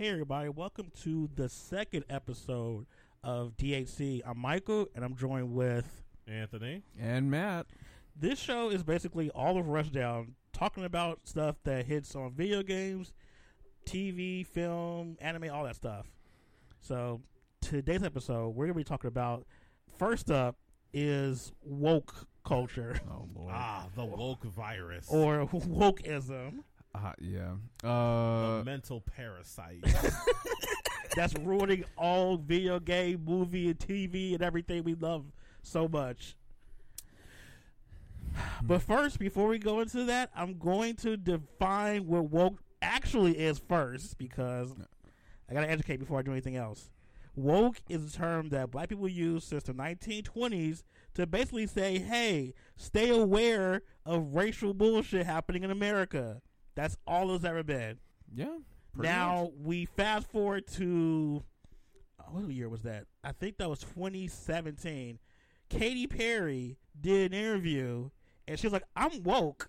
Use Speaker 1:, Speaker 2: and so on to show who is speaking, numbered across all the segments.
Speaker 1: everybody. Welcome to the second episode of DHC. I'm Michael, and I'm joined with.
Speaker 2: Anthony.
Speaker 3: And Matt.
Speaker 1: This show is basically all of Rushdown, talking about stuff that hits on video games, TV, film, anime, all that stuff. So today's episode, we're gonna be talking about. First up is woke culture
Speaker 3: Oh lord.
Speaker 2: Ah, the woke virus.
Speaker 1: or wokeism
Speaker 3: Ah, yeah.
Speaker 2: the
Speaker 3: Uh,
Speaker 2: mental parasite.
Speaker 1: that's ruining all video game, movie, and TV and everything we love so much. But first, before we go into that, I'm going to define what woke actually is first because I got to educate before I do anything else. Woke is a term that black people use since the 1920s to basically say, hey, stay aware of racial bullshit happening in America. That's all it's ever been
Speaker 3: yeah. pretty
Speaker 1: now
Speaker 3: much.
Speaker 1: we fast forward to oh, what year was that? I think that was 2017. Katy Perry did an interview, and she was like, "I'm woke,"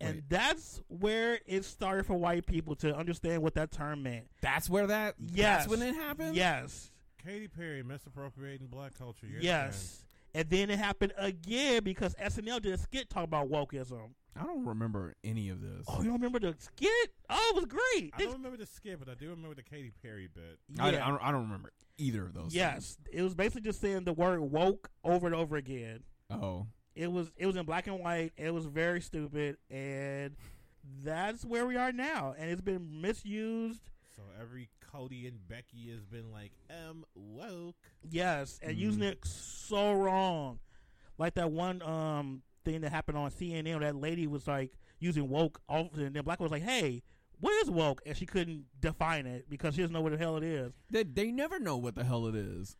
Speaker 1: and
Speaker 3: Wait.
Speaker 1: that's where it started for white people to understand what that term meant.
Speaker 3: that's where that.
Speaker 1: Yes,
Speaker 3: That's when it happened.
Speaker 1: Yes,
Speaker 2: Katy Perry misappropriating black culture. You're
Speaker 1: yes. And then it happened again because SNL did a skit talking about wokeism.
Speaker 3: I don't remember any of this.
Speaker 1: Oh, you don't remember the skit? Oh, it was great.
Speaker 2: the man. I don't remember the skit, but I do remember the Katy Perry bit.
Speaker 3: I, I
Speaker 1: Yeah.
Speaker 3: don't, I don't remember either of those.
Speaker 1: Yes, it was basically just saying the word woke over and over again.
Speaker 3: things. Oh.
Speaker 1: It was it was in black and white. It was very stupid, and that's where we are now. And it's been misused.
Speaker 2: So every Cody and Becky has been like, "M woke."
Speaker 1: Yes, and using it so wrong, like that one um thing that happened on CNN. Where that lady was like using woke often, and then black was like, "Hey, what is woke?" And she couldn't define it because she doesn't know what the hell it is.
Speaker 3: They, they never know what the hell it is.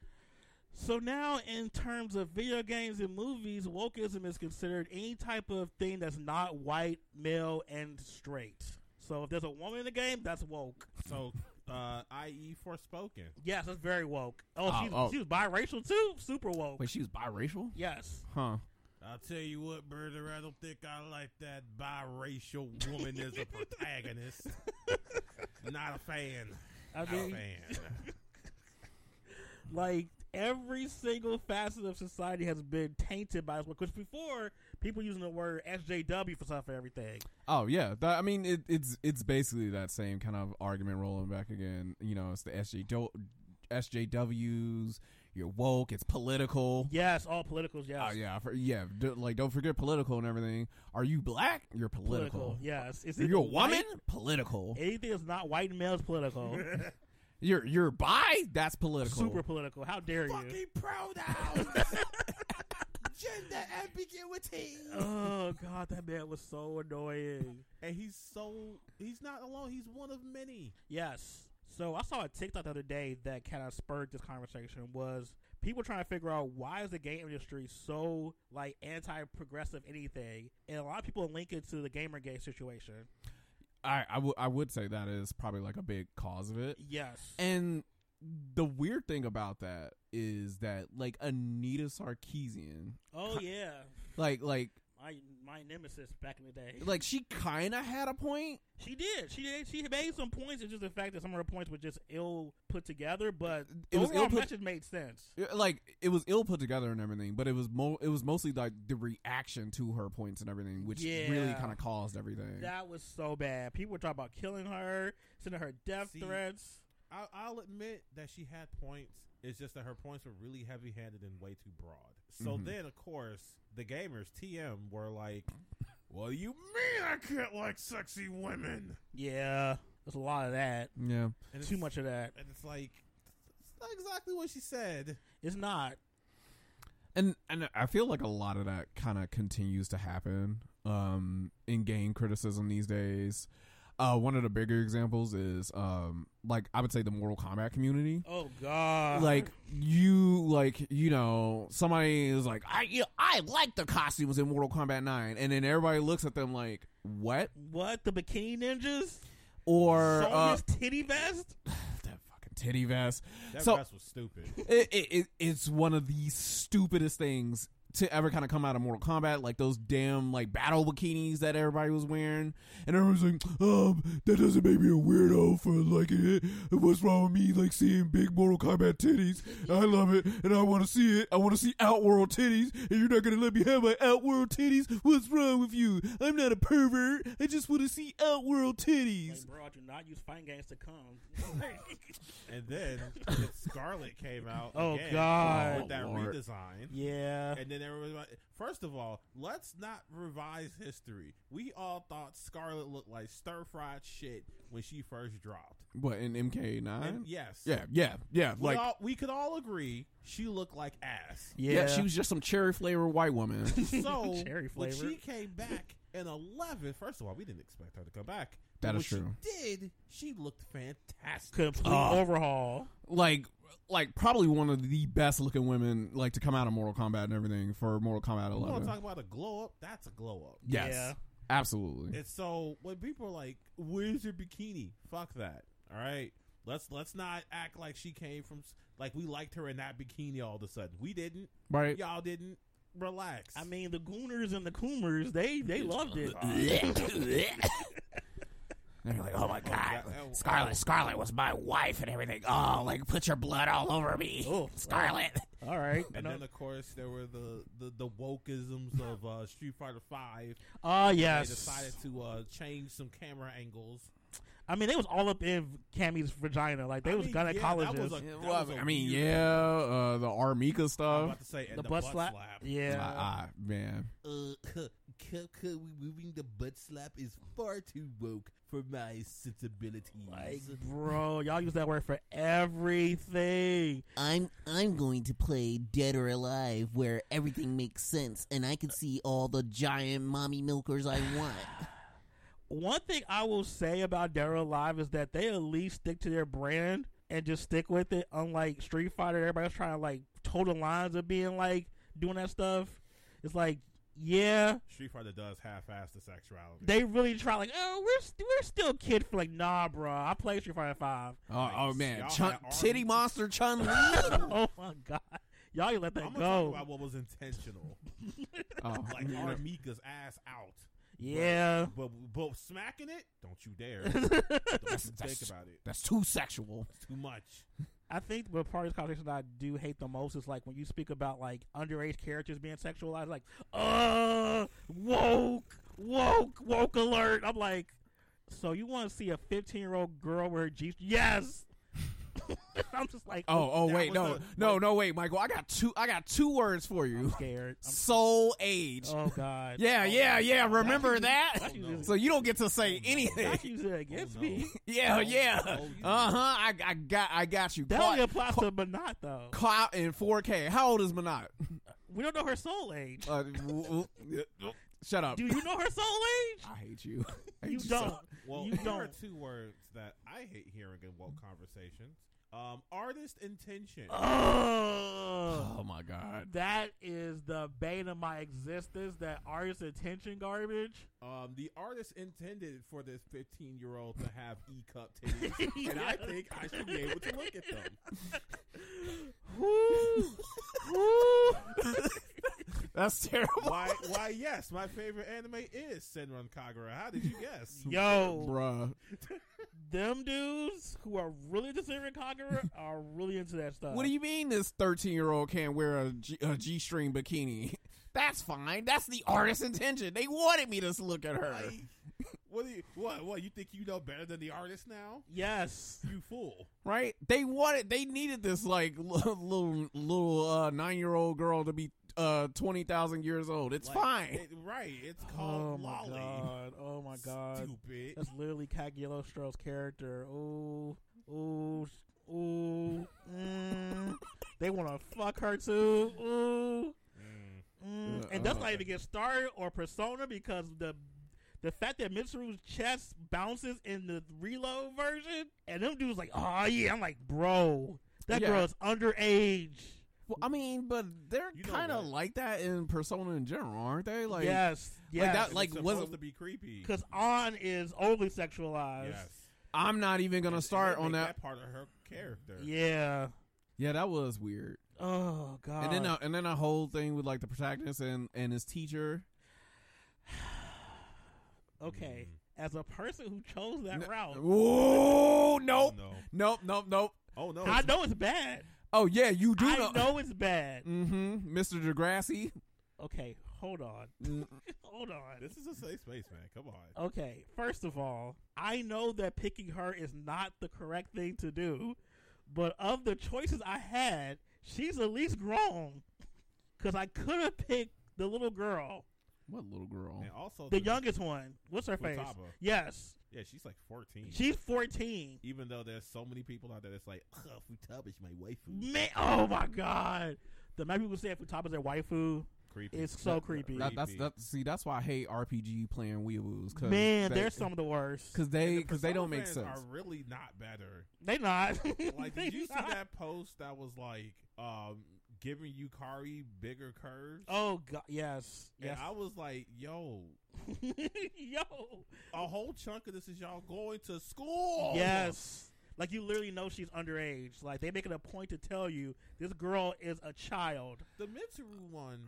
Speaker 1: So now, in terms of video games and movies, wokeism is considered any type of thing that's not white, male, and straight. So if there's a woman in the game, that's woke.
Speaker 2: So, uh, i.e., Forspoken.
Speaker 1: Yes, that's very woke. Oh,
Speaker 3: Oh,
Speaker 1: she's,
Speaker 3: oh.
Speaker 1: she was biracial too. Super woke.
Speaker 3: Wait, she was biracial?
Speaker 1: Yes.
Speaker 3: Huh.
Speaker 2: I'll tell you what, brother. I don't think I like that biracial woman as a protagonist. Not a fan.
Speaker 1: I
Speaker 2: Not a
Speaker 1: mean,
Speaker 2: fan.
Speaker 1: like every single facet of society has been tainted by this. Because before, people using the word SJW for stuff for everything.
Speaker 3: Oh yeah. That, I mean, it, it's it's basically that same kind of argument rolling back again. You know, it's the SJ SJWs. You're woke. It's political.
Speaker 1: Yes, all politicals. Yes.
Speaker 3: Oh yeah, for, yeah. D- like, don't forget political and everything. Are you black? You're political.
Speaker 1: Political. Yes. Is
Speaker 3: Are
Speaker 1: it
Speaker 3: you a
Speaker 1: white?
Speaker 3: woman? Political.
Speaker 1: Anything that's not white and male is political.
Speaker 3: You're you're bi? That's political.
Speaker 1: Super political. How dare you?
Speaker 2: pronouns. Gender ambiguity.
Speaker 1: Oh god, that man was so annoying.
Speaker 2: And he's so he's not alone. He's one of many.
Speaker 1: Yes. So I saw a TikTok the other day that kind of spurred this conversation was people trying to figure out why is the game industry so like anti-progressive anything, and a lot of people link it to the GamerGate situation.
Speaker 3: I I would I would say that is probably like a big cause of it.
Speaker 1: Yes.
Speaker 3: And the weird thing about that is that like Anita Sarkeesian,
Speaker 1: oh yeah,
Speaker 3: like like
Speaker 1: my my nemesis back in the day.
Speaker 3: like she kind of had a point.
Speaker 1: She did. She did. She made some points. It's just the fact that some of her points were just ill put together, but
Speaker 3: It was
Speaker 1: overall
Speaker 3: ill put-
Speaker 1: message made sense.
Speaker 3: It- Like it was ill put together and everything, but it was mo it was mostly like the reaction to her points and everything, which
Speaker 1: Yeah.
Speaker 3: really kind of caused everything.
Speaker 1: That was so bad. People were talking about killing her, sending her death
Speaker 2: See-
Speaker 1: threats.
Speaker 2: I'll, I'll admit that she had points. It's just that her points were really heavy handed and way too broad. So
Speaker 3: Mm-hmm.
Speaker 2: then, of course, the gamers, TM, were like, Well, you mean I can't like sexy women?
Speaker 1: Yeah, there's a lot of that.
Speaker 3: yeah,
Speaker 2: And
Speaker 1: Too
Speaker 2: it's-
Speaker 1: much of that.
Speaker 2: And it's like, It's not exactly what she said.
Speaker 1: It's not.
Speaker 3: and and I feel like a lot of that kind of continues to happen um, in game criticism these days. Uh, one of the bigger examples is um, like I would say the Mortal Kombat community.
Speaker 1: Oh God.
Speaker 3: Like you, like you know, somebody is like, I, you know, I like the costumes in Mortal Kombat Nine, and then everybody looks at them like, what?
Speaker 1: what the bikini ninjas?
Speaker 3: Or uh,
Speaker 1: Sonya's titty vest?
Speaker 3: that fucking titty vest.
Speaker 2: That
Speaker 3: so
Speaker 2: rest was stupid.
Speaker 3: it, it, it, it's one of the stupidest things to ever kind of come out of Mortal Kombat, like those damn like battle bikinis that everybody was wearing, and everyone's like, um, that doesn't make me a weirdo for liking it. What's wrong with me like seeing big Mortal Kombat titties? I love it, and I want to see it. I want to see Outworld titties, and you're not gonna let me have my Outworld titties. What's wrong with you? I'm not a pervert. I just want to see Outworld titties.
Speaker 1: Like, bro, I do not use fighting games to come.
Speaker 2: And then if Scarlet came out.
Speaker 1: Oh,
Speaker 2: again
Speaker 1: God.
Speaker 2: With that
Speaker 3: Oh, Lord.
Speaker 2: redesign.
Speaker 1: yeah.
Speaker 2: And then everybody, was like- first of all, let's not revise history. We all thought Scarlet looked like stir fried shit when she first dropped.
Speaker 3: What in MK
Speaker 2: And
Speaker 3: nine?
Speaker 2: yes,
Speaker 3: Yeah, yeah, yeah.
Speaker 2: we,
Speaker 3: Like
Speaker 2: all, we could all agree she looked like ass.
Speaker 1: Yeah.
Speaker 3: yeah. she was just some cherry flavored white woman.
Speaker 2: So
Speaker 1: Cherry
Speaker 2: when
Speaker 1: flavor.
Speaker 2: she came back in eleven, first of all, we didn't expect her to come back.
Speaker 3: That
Speaker 2: But
Speaker 3: is
Speaker 2: when
Speaker 3: true. Oh,
Speaker 2: She did. She looked fantastic. Oh,
Speaker 1: Complete
Speaker 3: Ugh.
Speaker 1: overhaul.
Speaker 3: like like probably one of the best looking women like to come out of Mortal Kombat and everything for Mortal Kombat
Speaker 2: You want
Speaker 3: 11.
Speaker 2: to talk about a glow up? That's a glow up.
Speaker 3: yes.
Speaker 1: Yeah.
Speaker 3: Absolutely.
Speaker 2: And so when people are like, "Where's your bikini?" Fuck that. All right, let's let's not act like she came from s- like we liked her in that bikini all of a sudden. We didn't.
Speaker 3: Right.
Speaker 2: Y'all didn't. Relax.
Speaker 1: I mean, the Gooners and the Coomers, they they loved it.
Speaker 3: And you're like, "Oh my
Speaker 2: Oh,
Speaker 3: god.
Speaker 2: that- that-
Speaker 3: Scarlet Scarlet was my wife and everything. Oh, like put your blood all over me.
Speaker 1: Oh.
Speaker 3: Scarlet.
Speaker 1: All right.
Speaker 2: And then of course there were the the, the wokeisms of uh, Street Fighter Five.
Speaker 1: Ah,
Speaker 2: They decided
Speaker 1: yes.
Speaker 2: to uh, change some camera angles.
Speaker 1: I mean, they was all up in Cammy's vagina. Like they
Speaker 2: I
Speaker 1: was
Speaker 2: mean,
Speaker 1: gynecologists.
Speaker 2: yeah, that was a- that
Speaker 3: Well,
Speaker 2: was a
Speaker 3: I mean,
Speaker 2: weird-
Speaker 3: yeah, uh the Armika
Speaker 2: I'm
Speaker 3: stuff.
Speaker 2: about to say and
Speaker 1: Oh, the, butt, slap.
Speaker 3: Ah,
Speaker 1: Yeah.
Speaker 3: ah, man.
Speaker 2: uh, removing the butt slap is far too woke for my sensibilities.
Speaker 1: Like, bro, y'all use that word for everything.
Speaker 4: I'm I'm going to play Dead or Alive where everything makes sense and I can see all the giant mommy milkers I want.
Speaker 1: One thing I will say about Dead or Alive is that they at least stick to their brand and just stick with it. Unlike Street Fighter, everybody's trying to like toe the lines of being like doing that stuff. It's like, yeah,
Speaker 2: Street Fighter does half-ass the sexuality.
Speaker 1: they really try like, oh, we're st- we're still kid for like, nah, bro. I play Street Fighter Five.
Speaker 3: Oh, oh man.
Speaker 2: Y'all
Speaker 3: Chun-
Speaker 2: had Armika.
Speaker 3: titty monster Chun Li.
Speaker 1: oh my god, y'all you let that
Speaker 2: I'm gonna talk
Speaker 1: go.
Speaker 2: about what was intentional,
Speaker 3: oh,
Speaker 2: like Armika's ass out,
Speaker 1: yeah,
Speaker 2: but but smacking it, don't you dare! don't you think about it.
Speaker 3: that's too sexual.
Speaker 2: It's too much.
Speaker 1: I think the part of this conversation that I do hate the most is like when you speak about like underage characters being sexualized, like, uh, woke, woke, woke alert. I'm like, so you want to see a 15 year old girl wear jeans? Yes. I'm just like,
Speaker 3: Oh, oh
Speaker 2: That
Speaker 3: wait,
Speaker 2: was
Speaker 3: no,
Speaker 2: the-
Speaker 3: no, no, wait, Michael. I got two. I got two words for
Speaker 1: I'm
Speaker 3: you.
Speaker 1: scared. I'm,
Speaker 3: Soul age.
Speaker 1: oh God.
Speaker 3: yeah, yeah, yeah. Remember that.
Speaker 1: That's usually-
Speaker 3: So you don't get to say
Speaker 1: Oh, that's
Speaker 3: anything.
Speaker 1: usually against
Speaker 2: no.
Speaker 1: me.
Speaker 3: Yeah,
Speaker 2: Oh,
Speaker 3: yeah.
Speaker 2: oh, you-
Speaker 3: Uh huh. I, I got, I got you.
Speaker 1: That only
Speaker 3: Caught,
Speaker 1: applies to Manat though.
Speaker 3: caught in 4K. How old is Manat?
Speaker 1: We don't know her soul age.
Speaker 3: Uh, w- w- shut up.
Speaker 1: oh. Do you know her soul age?
Speaker 3: I hate you. I hate
Speaker 1: You
Speaker 3: so-
Speaker 1: don't.
Speaker 2: Well,
Speaker 1: You
Speaker 2: here are
Speaker 1: don't.
Speaker 2: two words that I hate hearing in woke conversations: um, artist intention.
Speaker 1: Uh. Ugh.
Speaker 3: Oh my god.
Speaker 1: That is the bane of my existence. That artist attention garbage.
Speaker 2: Um, the artist intended for this 15 year old to have E cup titties, and I think I should be able to look at them.
Speaker 1: Woo. Woo.
Speaker 3: That's terrible,
Speaker 2: Why? Why? Yes, my favorite anime is Senran Kagura. How did you guess?
Speaker 1: Yo,
Speaker 3: bruh.
Speaker 1: them dudes who are really into Serial Conqueror are really into that stuff.
Speaker 3: What do you mean this 13 year old can't wear a G- a G-string bikini? That's fine. That's the artist's intention. They wanted me to look at her.
Speaker 2: Like, what do you? What? What? You think you know better than the artist now?
Speaker 1: Yes.
Speaker 2: You fool!
Speaker 3: right? They wanted they needed this like l- little little uh 9-year-old girl to be uh 20,000 years old. It's
Speaker 2: Like,
Speaker 3: fine.
Speaker 2: it- right? It's
Speaker 1: Oh
Speaker 2: called
Speaker 1: my
Speaker 2: lolly.
Speaker 1: god. Oh my god.
Speaker 2: Stupid.
Speaker 1: That's literally Kaguya Stroh's character. Ooh. Ooh. Ooh. Mm. They want to fuck her too. Ooh.
Speaker 2: Mm.
Speaker 1: Mm,
Speaker 3: Yeah,
Speaker 1: and that's
Speaker 3: uh,
Speaker 1: not even get started or persona because the the fact that Mitsuru's chest bounces in the reload version and them dudes like, oh yeah, I'm like, bro, that
Speaker 3: Yeah.
Speaker 1: girl is underage.
Speaker 3: Well, I mean, but they're
Speaker 2: You know
Speaker 3: kind of
Speaker 2: what?
Speaker 3: like that in Persona in general, aren't they? Like
Speaker 1: yes,
Speaker 3: like
Speaker 1: yes,
Speaker 3: that-
Speaker 2: And
Speaker 3: like,
Speaker 2: it's
Speaker 3: was-
Speaker 2: supposed to be creepy.
Speaker 1: because On is overly sexualized.
Speaker 2: Yes.
Speaker 3: I'm not even going
Speaker 2: And-
Speaker 3: to
Speaker 2: and
Speaker 3: start
Speaker 2: they
Speaker 3: on
Speaker 2: make
Speaker 3: that.
Speaker 2: part of her character.
Speaker 1: Yeah,
Speaker 3: Yeah, that was weird.
Speaker 1: oh god.
Speaker 3: and then uh, and then a whole thing with like the protagonist and and his teacher.
Speaker 1: okay,
Speaker 3: Mm-hmm.
Speaker 1: as a person who chose that
Speaker 3: No-
Speaker 1: route,
Speaker 3: Ooh,
Speaker 2: Oh
Speaker 3: nope,
Speaker 2: no.
Speaker 3: nope, nope, nope.
Speaker 2: Oh no.
Speaker 1: I know it's bad.
Speaker 3: Oh yeah, you do
Speaker 1: I
Speaker 3: know.
Speaker 1: know it's bad.
Speaker 3: Mm-hmm. Mr. Degrassi.
Speaker 1: Okay, hold on,
Speaker 3: Mm,
Speaker 1: hold on.
Speaker 2: This is a safe space, man. Come on.
Speaker 1: Okay, first of all, I know that picking her is not the correct thing to do, but of the choices I had, she's at least grown. Because I could have picked the little girl,
Speaker 3: What little girl?
Speaker 2: And also
Speaker 1: the
Speaker 2: to-
Speaker 1: youngest one. What's her face?
Speaker 2: Futaba.
Speaker 1: Yes,
Speaker 2: Yeah, she's like 14.
Speaker 1: she's 14.
Speaker 2: Even though there's so many people out there that's like, ugh, Futaba's my waifu.
Speaker 1: Man, oh my god. The amount of people who say Futaba's their waifu
Speaker 2: Creepy.
Speaker 1: is so creepy.
Speaker 3: That, that's
Speaker 2: creepy.
Speaker 3: that. See, that's why I hate RPG playing weeaboos. Cause
Speaker 1: Man,
Speaker 3: they,
Speaker 1: they're some of the worst.
Speaker 3: because
Speaker 2: And
Speaker 3: they
Speaker 2: the
Speaker 3: because they don't make
Speaker 2: Persona fans
Speaker 3: sense.
Speaker 2: Are really not better.
Speaker 1: They not.
Speaker 2: Like,
Speaker 1: They
Speaker 2: did you see
Speaker 1: not.
Speaker 2: that post that was like, um, giving Yukari bigger curves?
Speaker 1: Oh god, yes,
Speaker 2: And
Speaker 1: yes.
Speaker 2: I was like, yo,
Speaker 1: Yo,
Speaker 2: a whole chunk of this is y'all going to school.
Speaker 1: Yes. Like you literally know she's underage. Like they make it a point to tell you this girl is a child.
Speaker 2: The Mitsuru one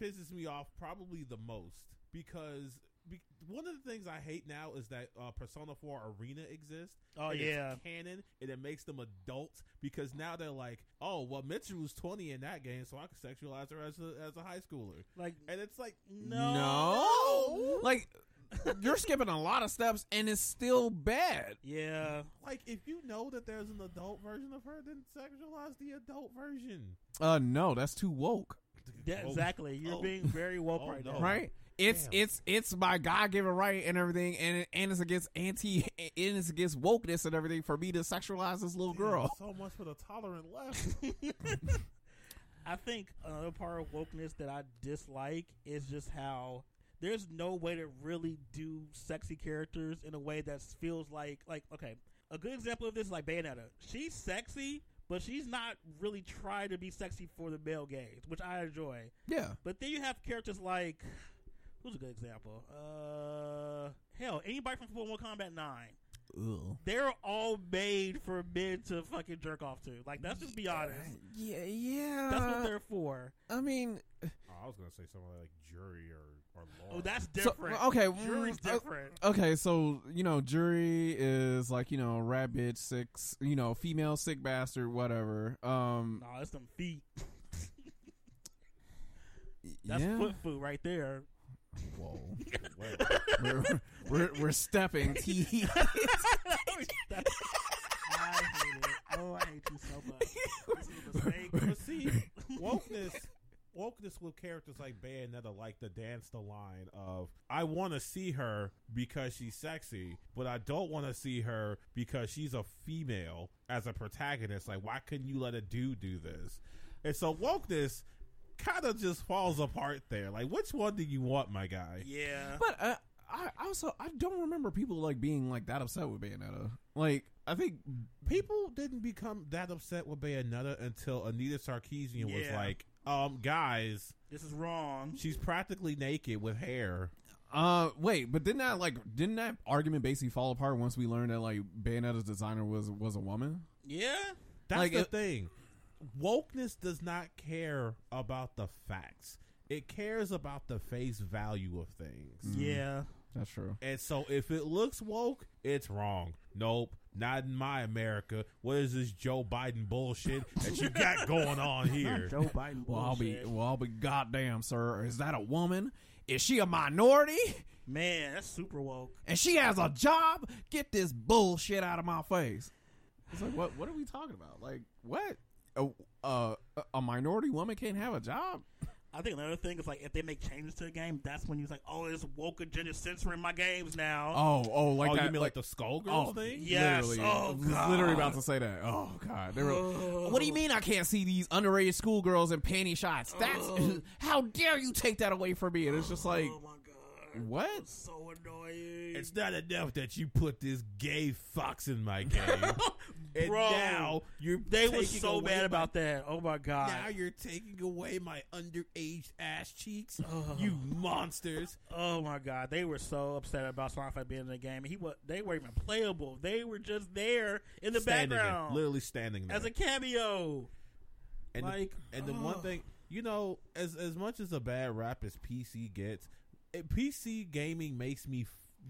Speaker 2: pisses me off probably the most because be- one of the things I hate now is that uh, Persona 4 Arena exists.
Speaker 1: Oh
Speaker 2: and
Speaker 1: yeah.
Speaker 2: It's canon and it makes them adults because now they're like, oh, well, Mitsuru's 20 in that game, so I can sexualize her as a, as a high schooler.
Speaker 1: Like
Speaker 2: And it's like,
Speaker 1: no.
Speaker 3: No. Like you're skipping a lot of steps, and it's still bad.
Speaker 1: Yeah.
Speaker 2: like if you know that there's an adult version of her, then sexualize the adult version.
Speaker 3: Uh, no, that's too woke.
Speaker 1: That-
Speaker 2: Oh,
Speaker 1: exactly. You're
Speaker 2: oh.
Speaker 1: being very woke
Speaker 2: Oh,
Speaker 1: right
Speaker 2: no.
Speaker 1: now.
Speaker 3: right? It's
Speaker 2: damn.
Speaker 3: it's it's my God given right and everything, and it, and it's against anti, and it's against wokeness and everything for me to sexualize this
Speaker 2: Oh,
Speaker 3: little girl.
Speaker 2: Damn, so much for the tolerant left.
Speaker 1: I think another part of wokeness that I dislike is just how there's no way to really do sexy characters in a way that feels like like okay. A good example of this is like Bayonetta. She's sexy, but she's not really trying to be sexy for the male gaze, which I enjoy.
Speaker 3: Yeah,
Speaker 1: But then you have characters like who's a good example? Uh, hell, anybody from Mortal Kombat Nine.
Speaker 4: Ugh.
Speaker 1: They're all made for men to fucking jerk off to. Like, let's just be honest.
Speaker 3: yeah, yeah.
Speaker 1: That's what they're for.
Speaker 3: I mean,
Speaker 2: Oh, I was gonna say something like jury or or law.
Speaker 1: Oh, that's
Speaker 3: so-
Speaker 1: different.
Speaker 3: okay,
Speaker 1: Jury's
Speaker 3: mm,
Speaker 1: different.
Speaker 3: o- okay. So you know, jury is like you know, rat bitch, six, you know, female sick bastard, whatever. Um,
Speaker 1: No, it's them feet. That's
Speaker 3: yeah.
Speaker 1: foot food right there.
Speaker 3: Whoa,
Speaker 2: well,
Speaker 3: we're, we're we're stepping T.
Speaker 1: That's- I hate it. Oh, I hate you so much. This is a mistake.
Speaker 2: but see, wokeness, wokeness with characters like Bayonetta, like the dance the line of I want to see her because she's sexy, but I don't want to see her because she's a female as a protagonist. Like, why couldn't you let a dude do this? And so wokeness kind of just falls apart there. Like, which one do you want, my guy?
Speaker 1: Yeah.
Speaker 3: But uh, I also I don't remember people like being like that upset with Bayonetta. Like I think
Speaker 2: people didn't become that upset with Bayonetta until Anita Sarkeesian was
Speaker 1: Yeah.
Speaker 2: like, um, guys,
Speaker 1: This is wrong.
Speaker 2: she's practically naked with hair.
Speaker 3: uh wait, but didn't that like didn't that argument basically fall apart once we learned that like Bayonetta's designer was was a woman?
Speaker 1: Yeah.
Speaker 2: That's
Speaker 3: Like,
Speaker 2: the
Speaker 3: it-
Speaker 2: thing. Wokeness does not care about the facts. It cares about the face value of things.
Speaker 3: Mm.
Speaker 1: Yeah.
Speaker 3: That's true.
Speaker 2: And so if it looks woke, it's wrong. Nope. Not in my America. What is this Joe Biden bullshit that you got going on here?
Speaker 1: Joe Biden.
Speaker 3: Well, I'll be
Speaker 1: bullshit.
Speaker 3: well, I'll be goddamn, sir. Is that a woman? Is she a minority?
Speaker 1: Man, that's super woke.
Speaker 3: And she has a job? Get this bullshit out of my face. It's like what what are we talking about? Like what? A, uh, a minority woman can't have a job?
Speaker 1: I think another thing is like if they make changes to the game, that's when you like, oh, it's woke agenda censoring my games now.
Speaker 3: Oh, oh, like
Speaker 2: oh,
Speaker 3: that,
Speaker 2: you mean like, the Skullgirls
Speaker 3: oh,
Speaker 2: thing?
Speaker 1: Yes.
Speaker 3: Literally,
Speaker 1: Oh,
Speaker 3: I was
Speaker 1: God.
Speaker 3: literally about to say that. Oh God! They were- what do you mean I can't see these underage schoolgirls in panty shots? That's
Speaker 1: Oh.
Speaker 3: how dare you take that away from me? And it's just like,
Speaker 1: oh my god,
Speaker 3: what?
Speaker 1: That's so annoying.
Speaker 2: It's not enough that you put this gay fox in my game. and
Speaker 1: Bro,
Speaker 2: now you're
Speaker 1: they were
Speaker 2: taking
Speaker 1: so
Speaker 2: away
Speaker 1: mad
Speaker 2: my-
Speaker 1: about that. Oh my god.
Speaker 2: Now you're taking away my underage ass cheeks.
Speaker 1: Oh.
Speaker 2: You monsters.
Speaker 1: oh my god, they were so upset about Sonic Fight being in the game. He was, they were even playable. They were just there in the
Speaker 2: standing there,
Speaker 1: background
Speaker 2: literally standing there.
Speaker 1: as a cameo.
Speaker 2: And the-
Speaker 1: like,
Speaker 2: and the
Speaker 1: oh.
Speaker 2: one thing, you know, as as much as a bad rap as PC gets, it, PC gaming makes me f-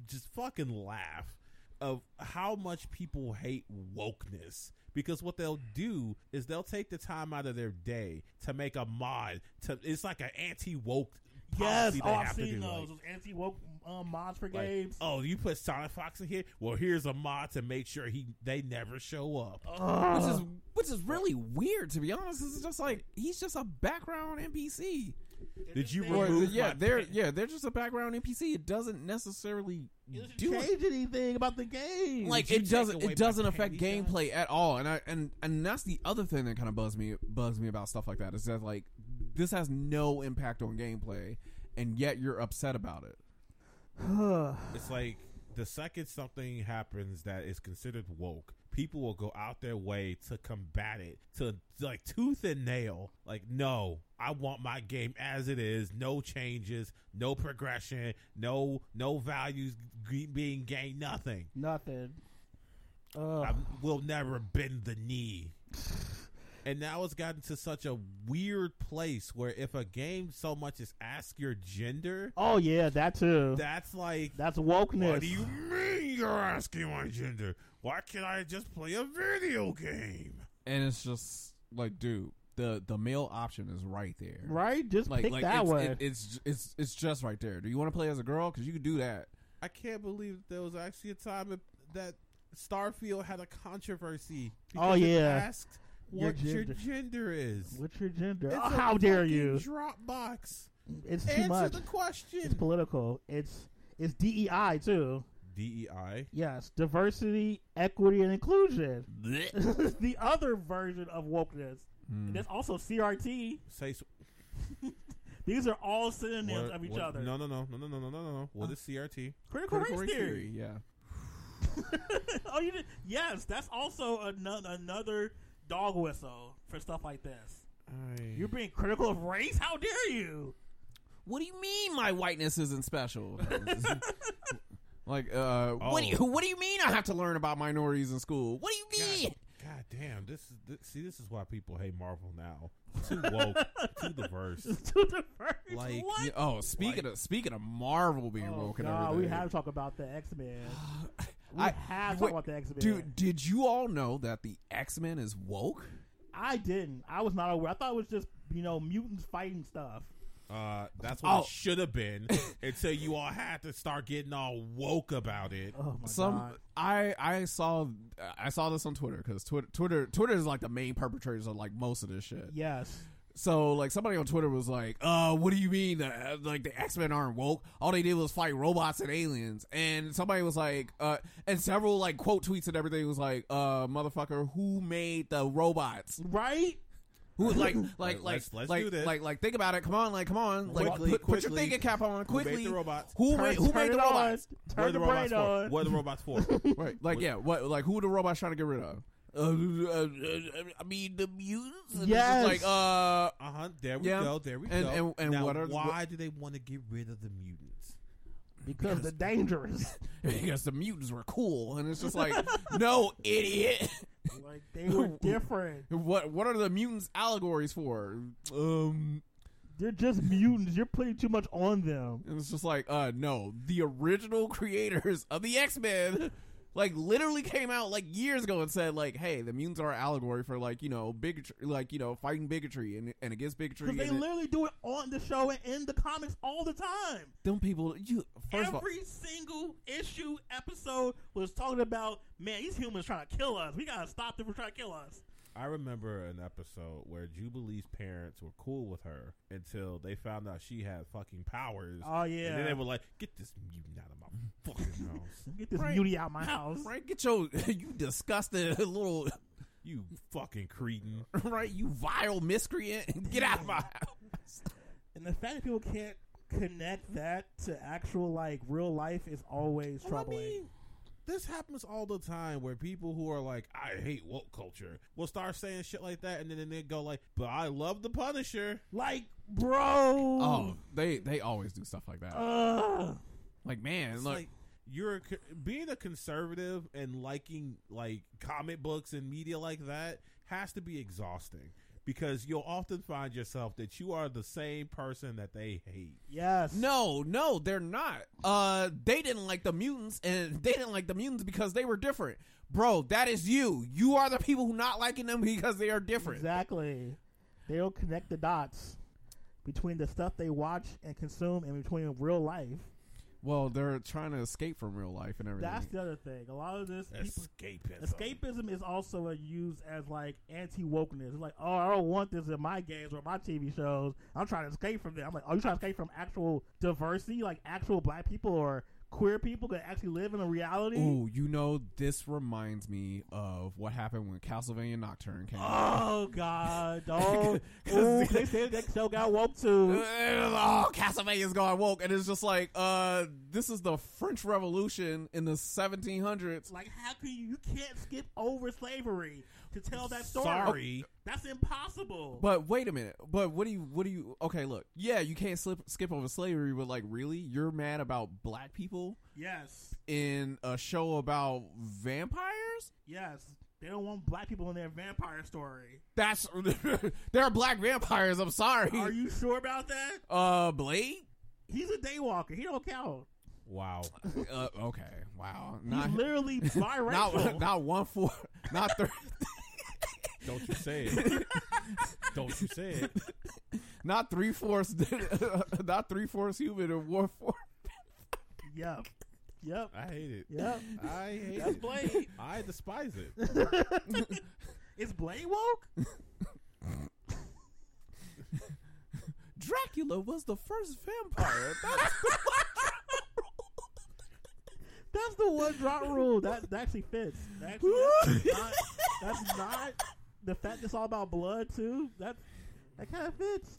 Speaker 2: just fucking laugh of how much people hate wokeness. Because what they'll do is they'll take the time out of their day to make a mod. To it's like an anti woke.
Speaker 1: Yes,
Speaker 2: they
Speaker 1: oh, I've
Speaker 2: have to do,
Speaker 1: seen
Speaker 2: like-
Speaker 1: those. Those anti woke um, mods for
Speaker 2: like,
Speaker 1: games.
Speaker 2: oh, you put Sonic Fox in here. Well, here's a mod to make sure he they never show up.
Speaker 1: Ugh.
Speaker 3: which is which is really weird to be honest. 'cause It's just like he's just a background NPC.
Speaker 2: Did you
Speaker 1: They're
Speaker 3: Or
Speaker 2: remove?
Speaker 3: yeah,
Speaker 2: my-
Speaker 3: they're yeah they're just a background NPC. It doesn't necessarily
Speaker 1: It
Speaker 3: do
Speaker 1: doesn't
Speaker 3: it.
Speaker 1: change anything about the game.
Speaker 3: like
Speaker 2: you
Speaker 3: it
Speaker 2: take
Speaker 3: doesn't
Speaker 2: away my
Speaker 3: it doesn't affect
Speaker 2: candy,
Speaker 3: gameplay at all and i and and that's the other thing that kind of buzzed me buzzed me about stuff like that is that like this has no impact on gameplay and yet you're upset about it
Speaker 2: It's like the second something happens that is considered woke, people will go out their way to combat it to like tooth and nail. Like, no, I want my game as it is, no changes, no progression, no no values g- being gained, nothing.
Speaker 1: Nothing.
Speaker 2: I
Speaker 1: Ugh.
Speaker 2: will never bend the knee. And now it's gotten to such a weird place where if a game so much as ask your gender,
Speaker 1: Oh yeah, that too.
Speaker 2: that's like
Speaker 1: That's wokeness.
Speaker 2: What do you mean you're asking my gender? Why can't I just play a video game?
Speaker 3: and it's just like dude the the male option is right there
Speaker 1: right? Just
Speaker 3: like,
Speaker 1: pick
Speaker 3: like
Speaker 1: that
Speaker 3: it's,
Speaker 1: one.
Speaker 3: it- it's it's it's just right there do you want to play as a girl because you could do that
Speaker 2: I can't believe there was actually a time that- that Starfield had a controversy.
Speaker 1: Oh,
Speaker 2: because it
Speaker 1: yeah.
Speaker 2: asked
Speaker 1: Your
Speaker 2: what your
Speaker 1: gender.
Speaker 2: gender, is.
Speaker 1: What's your gender?
Speaker 2: It's
Speaker 1: Oh,
Speaker 2: a
Speaker 1: how dare
Speaker 2: fucking
Speaker 1: you?
Speaker 2: Dropbox.
Speaker 1: It's too
Speaker 2: Answer
Speaker 1: much.
Speaker 2: the
Speaker 1: It's
Speaker 2: question.
Speaker 1: political. It's it's DEI too.
Speaker 2: DEI.
Speaker 1: Yes, diversity, equity, and inclusion.
Speaker 4: Blech.
Speaker 1: the other version of wokeness.
Speaker 3: Mm.
Speaker 1: And there's also CRT.
Speaker 2: Say s-
Speaker 1: These are all synonyms
Speaker 2: what-
Speaker 1: of each
Speaker 2: what-
Speaker 1: other. Uh.
Speaker 2: No, no, no, no, no, no, no, no, no. What is CRT?
Speaker 1: Critical, race theory.
Speaker 3: yeah
Speaker 1: oh, you did? Yes, that's also another another dog whistle for stuff like this.
Speaker 2: Mm.
Speaker 1: You're being critical of race? How dare you?
Speaker 4: What do you mean?
Speaker 3: my whiteness isn't special like uh
Speaker 2: Oh.
Speaker 3: what do you what do you mean i have to learn about minorities in school
Speaker 4: What do you mean?
Speaker 2: God, God damn! This is this, see. This is why people hate Marvel now. Too woke, too diverse.
Speaker 1: to diverse.
Speaker 2: Like,
Speaker 1: what?
Speaker 3: Yeah, oh, speaking of speaking of Marvel being
Speaker 1: Oh,
Speaker 3: woken
Speaker 1: God,
Speaker 3: over
Speaker 1: we have to talk about the X Men. We
Speaker 3: I-
Speaker 1: have to talk
Speaker 3: wait,
Speaker 1: about the X Men.
Speaker 3: Dude, did you all know that the X Men is woke?
Speaker 1: I didn't. I was not aware. I thought it was just you know mutants fighting stuff.
Speaker 2: Uh, that's what
Speaker 3: Oh.
Speaker 2: it should have been until you all had to start getting all woke about it.
Speaker 1: Oh my
Speaker 3: Some
Speaker 1: god!
Speaker 3: I I saw I saw this on Twitter because Twitter Twitter Twitter is like the main perpetrators of like most of this shit.
Speaker 1: Yes.
Speaker 3: So like somebody on Twitter was like, "Uh, what do you mean? The, like the X Men aren't woke? All they did was fight robots and aliens." And somebody was like, "Uh," and several like quote tweets and everything was like, "Uh, motherfucker, who made the robots?
Speaker 1: Right?
Speaker 3: Who like like like
Speaker 2: let's- let's
Speaker 3: like,
Speaker 2: do this.
Speaker 3: like like think about it? Come on, like come on, like
Speaker 2: Quickly,
Speaker 3: put, put your
Speaker 2: quickly.
Speaker 3: thinking cap on
Speaker 2: Who made
Speaker 3: quickly.
Speaker 2: the robots?
Speaker 3: Who
Speaker 1: Turn-
Speaker 3: made who
Speaker 1: turn
Speaker 3: made
Speaker 1: it
Speaker 3: the robots?
Speaker 1: On.
Speaker 2: What
Speaker 1: Turn
Speaker 2: are the
Speaker 1: the,
Speaker 2: robots
Speaker 1: brain
Speaker 2: for?
Speaker 1: on.
Speaker 2: What are the robots for?
Speaker 3: Right, like yeah, what like who are the robots trying to get rid of? Uh, uh, uh, I mean the mutants. And it's just
Speaker 1: Yes.
Speaker 3: like uh,
Speaker 2: Uh huh. There we
Speaker 3: Yeah.
Speaker 2: go. There we
Speaker 3: And-
Speaker 2: go.
Speaker 3: and- and
Speaker 2: now,
Speaker 3: what are-
Speaker 2: why do they want to get rid of the mutants?
Speaker 1: Because they're dangerous.
Speaker 3: because the mutants were cool, and it's just like no idiot.
Speaker 1: like they were different.
Speaker 3: What what are the mutants allegories for? Um,
Speaker 1: They're just mutants. You're putting too much on them.
Speaker 3: it was just like uh, no, the original creators of the X Men. Like literally came out like years ago and said like, "Hey, the mutants are an allegory for like you know bigotry, like you know fighting bigotry and, and against bigotry."
Speaker 1: Because they
Speaker 3: and it-
Speaker 1: literally do it on the show and in the comics all the time.
Speaker 3: them people, you first of all,
Speaker 1: Every single issue episode was talking about, man, these humans trying to kill us. We gotta stop them from trying to kill us.
Speaker 2: I remember an episode where Jubilee's parents were cool with her until they found out she had fucking powers.
Speaker 1: Oh
Speaker 2: And then
Speaker 1: yeah.
Speaker 2: they were like, "Get this mutant out of my fucking house,
Speaker 1: Get this
Speaker 3: Right.
Speaker 1: beauty out my house.
Speaker 3: Right, get your you disgusting little
Speaker 2: you fucking cretin."
Speaker 3: right, you vile miscreant. Get out of my house.
Speaker 1: And the fact that people can't connect that to actual like real life is always
Speaker 2: Well, I
Speaker 1: troubling.
Speaker 2: mean, this happens all the time where people who are like, I hate woke culture will start saying shit like that and then, they go like, But I love the Punisher.
Speaker 1: like, bro.
Speaker 3: Oh, they they always do stuff like that.
Speaker 1: Ugh.
Speaker 3: like man,
Speaker 2: It's
Speaker 3: look,
Speaker 2: like you're a co- being a conservative and liking like comic books and media like that has to be exhausting. because you'll often find yourself that you are the same person that they hate.
Speaker 1: Yes.
Speaker 3: No, no, they're not. Uh, they didn't like the mutants, and they didn't like the mutants because they were different. Bro, that is you. You are the people who not liking them because they are different.
Speaker 1: Exactly. They don't connect the dots between the stuff they watch and consume and between real life.
Speaker 3: Well, they're trying to escape from real life and everything.
Speaker 1: That's the other thing. A lot of this people-
Speaker 2: Escapism.
Speaker 1: escapism is also a, used as like anti wokeness. It's like, oh, I don't want this in my games or my TV shows. I'm trying to escape from that. I'm like, oh, you trying to escape from actual diversity, like actual black people or queer people that actually live in a reality.
Speaker 3: Ooh, you know, this reminds me of what happened when Castlevania Nocturne came. out.
Speaker 1: Oh God! Oh, ooh, they said that show got woke too.
Speaker 3: oh, Castlevania's gone woke, and it's just like, uh, this is the French Revolution in the 1700s.
Speaker 1: Like, how can you? You can't skip over slavery to tell that story.
Speaker 2: Sorry.
Speaker 1: That's impossible.
Speaker 3: But wait a minute. But what do you? What do you? Okay, look. Yeah, you can't slip, skip over slavery, but like, really, you're mad about black people
Speaker 1: yes,
Speaker 3: in a show about vampires?
Speaker 1: yes, they don't want black people in their vampire story.
Speaker 3: That's there are black vampires. I'm sorry.
Speaker 1: Are you sure about that?
Speaker 3: uh, Blade.
Speaker 1: He's a daywalker. He don't count.
Speaker 2: Wow.
Speaker 3: Uh, okay. Wow.
Speaker 1: He's
Speaker 3: Not
Speaker 1: literally
Speaker 3: not
Speaker 1: biracial.
Speaker 3: not one four. Not three.
Speaker 2: Don't you say it. Don't you say it.
Speaker 3: not three fourths. Not three fourths human or war four.
Speaker 1: yep, yep,
Speaker 2: I hate it.
Speaker 1: yep.
Speaker 2: I hate
Speaker 1: That's
Speaker 2: it.
Speaker 1: Blade.
Speaker 2: I despise it.
Speaker 1: Is Blade woke?
Speaker 3: Dracula was the first vampire. That's
Speaker 1: That's the one drop rule. That, that actually fits. Actually, that's, not, that's not the fact. It's all about blood too. That that kind of fits.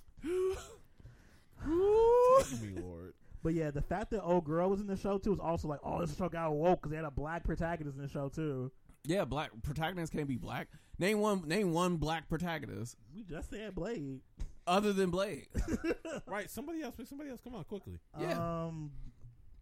Speaker 2: Thank me, Lord.
Speaker 1: But yeah, the fact that old girl was in the show too was also like, oh, this show got woke because they had a black protagonist in the show too.
Speaker 3: yeah. Black protagonists can't be black. Name one. Name one black protagonist
Speaker 1: We just said Blade.
Speaker 3: other than Blade.
Speaker 2: Right, somebody else, please, somebody else. Come on, quickly.
Speaker 3: Yeah.
Speaker 1: Um,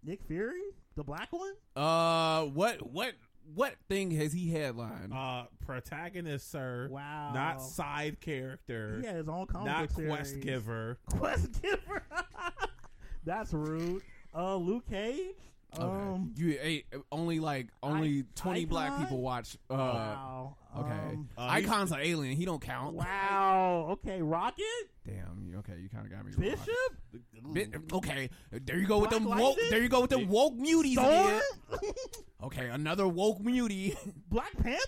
Speaker 1: Nick Fury, the black one.
Speaker 3: Uh, what what what thing has he headlined?
Speaker 2: Uh protagonist, sir.
Speaker 1: Wow.
Speaker 2: Not side character.
Speaker 1: He had his own comic
Speaker 2: Not
Speaker 1: book series.
Speaker 2: quest giver.
Speaker 1: Quest giver. That's rude. Uh, Luke Cage. Um,
Speaker 3: you hey, only like only twenty black
Speaker 1: Icon?
Speaker 3: people watch. Uh,
Speaker 1: wow.
Speaker 3: okay, Um,
Speaker 1: Um,
Speaker 2: Uh,
Speaker 3: Icon's an alien. He don't count.
Speaker 1: wow. Okay, Rocket.
Speaker 3: Damn. You, okay, you kind of got me.
Speaker 1: Bishop.
Speaker 3: Bi- okay, there you go with
Speaker 1: Black
Speaker 3: them woke.
Speaker 1: Lightning?
Speaker 3: There you go with them woke muties.
Speaker 1: Thor.
Speaker 3: Again. Okay, another woke mutie.
Speaker 1: Black Panther.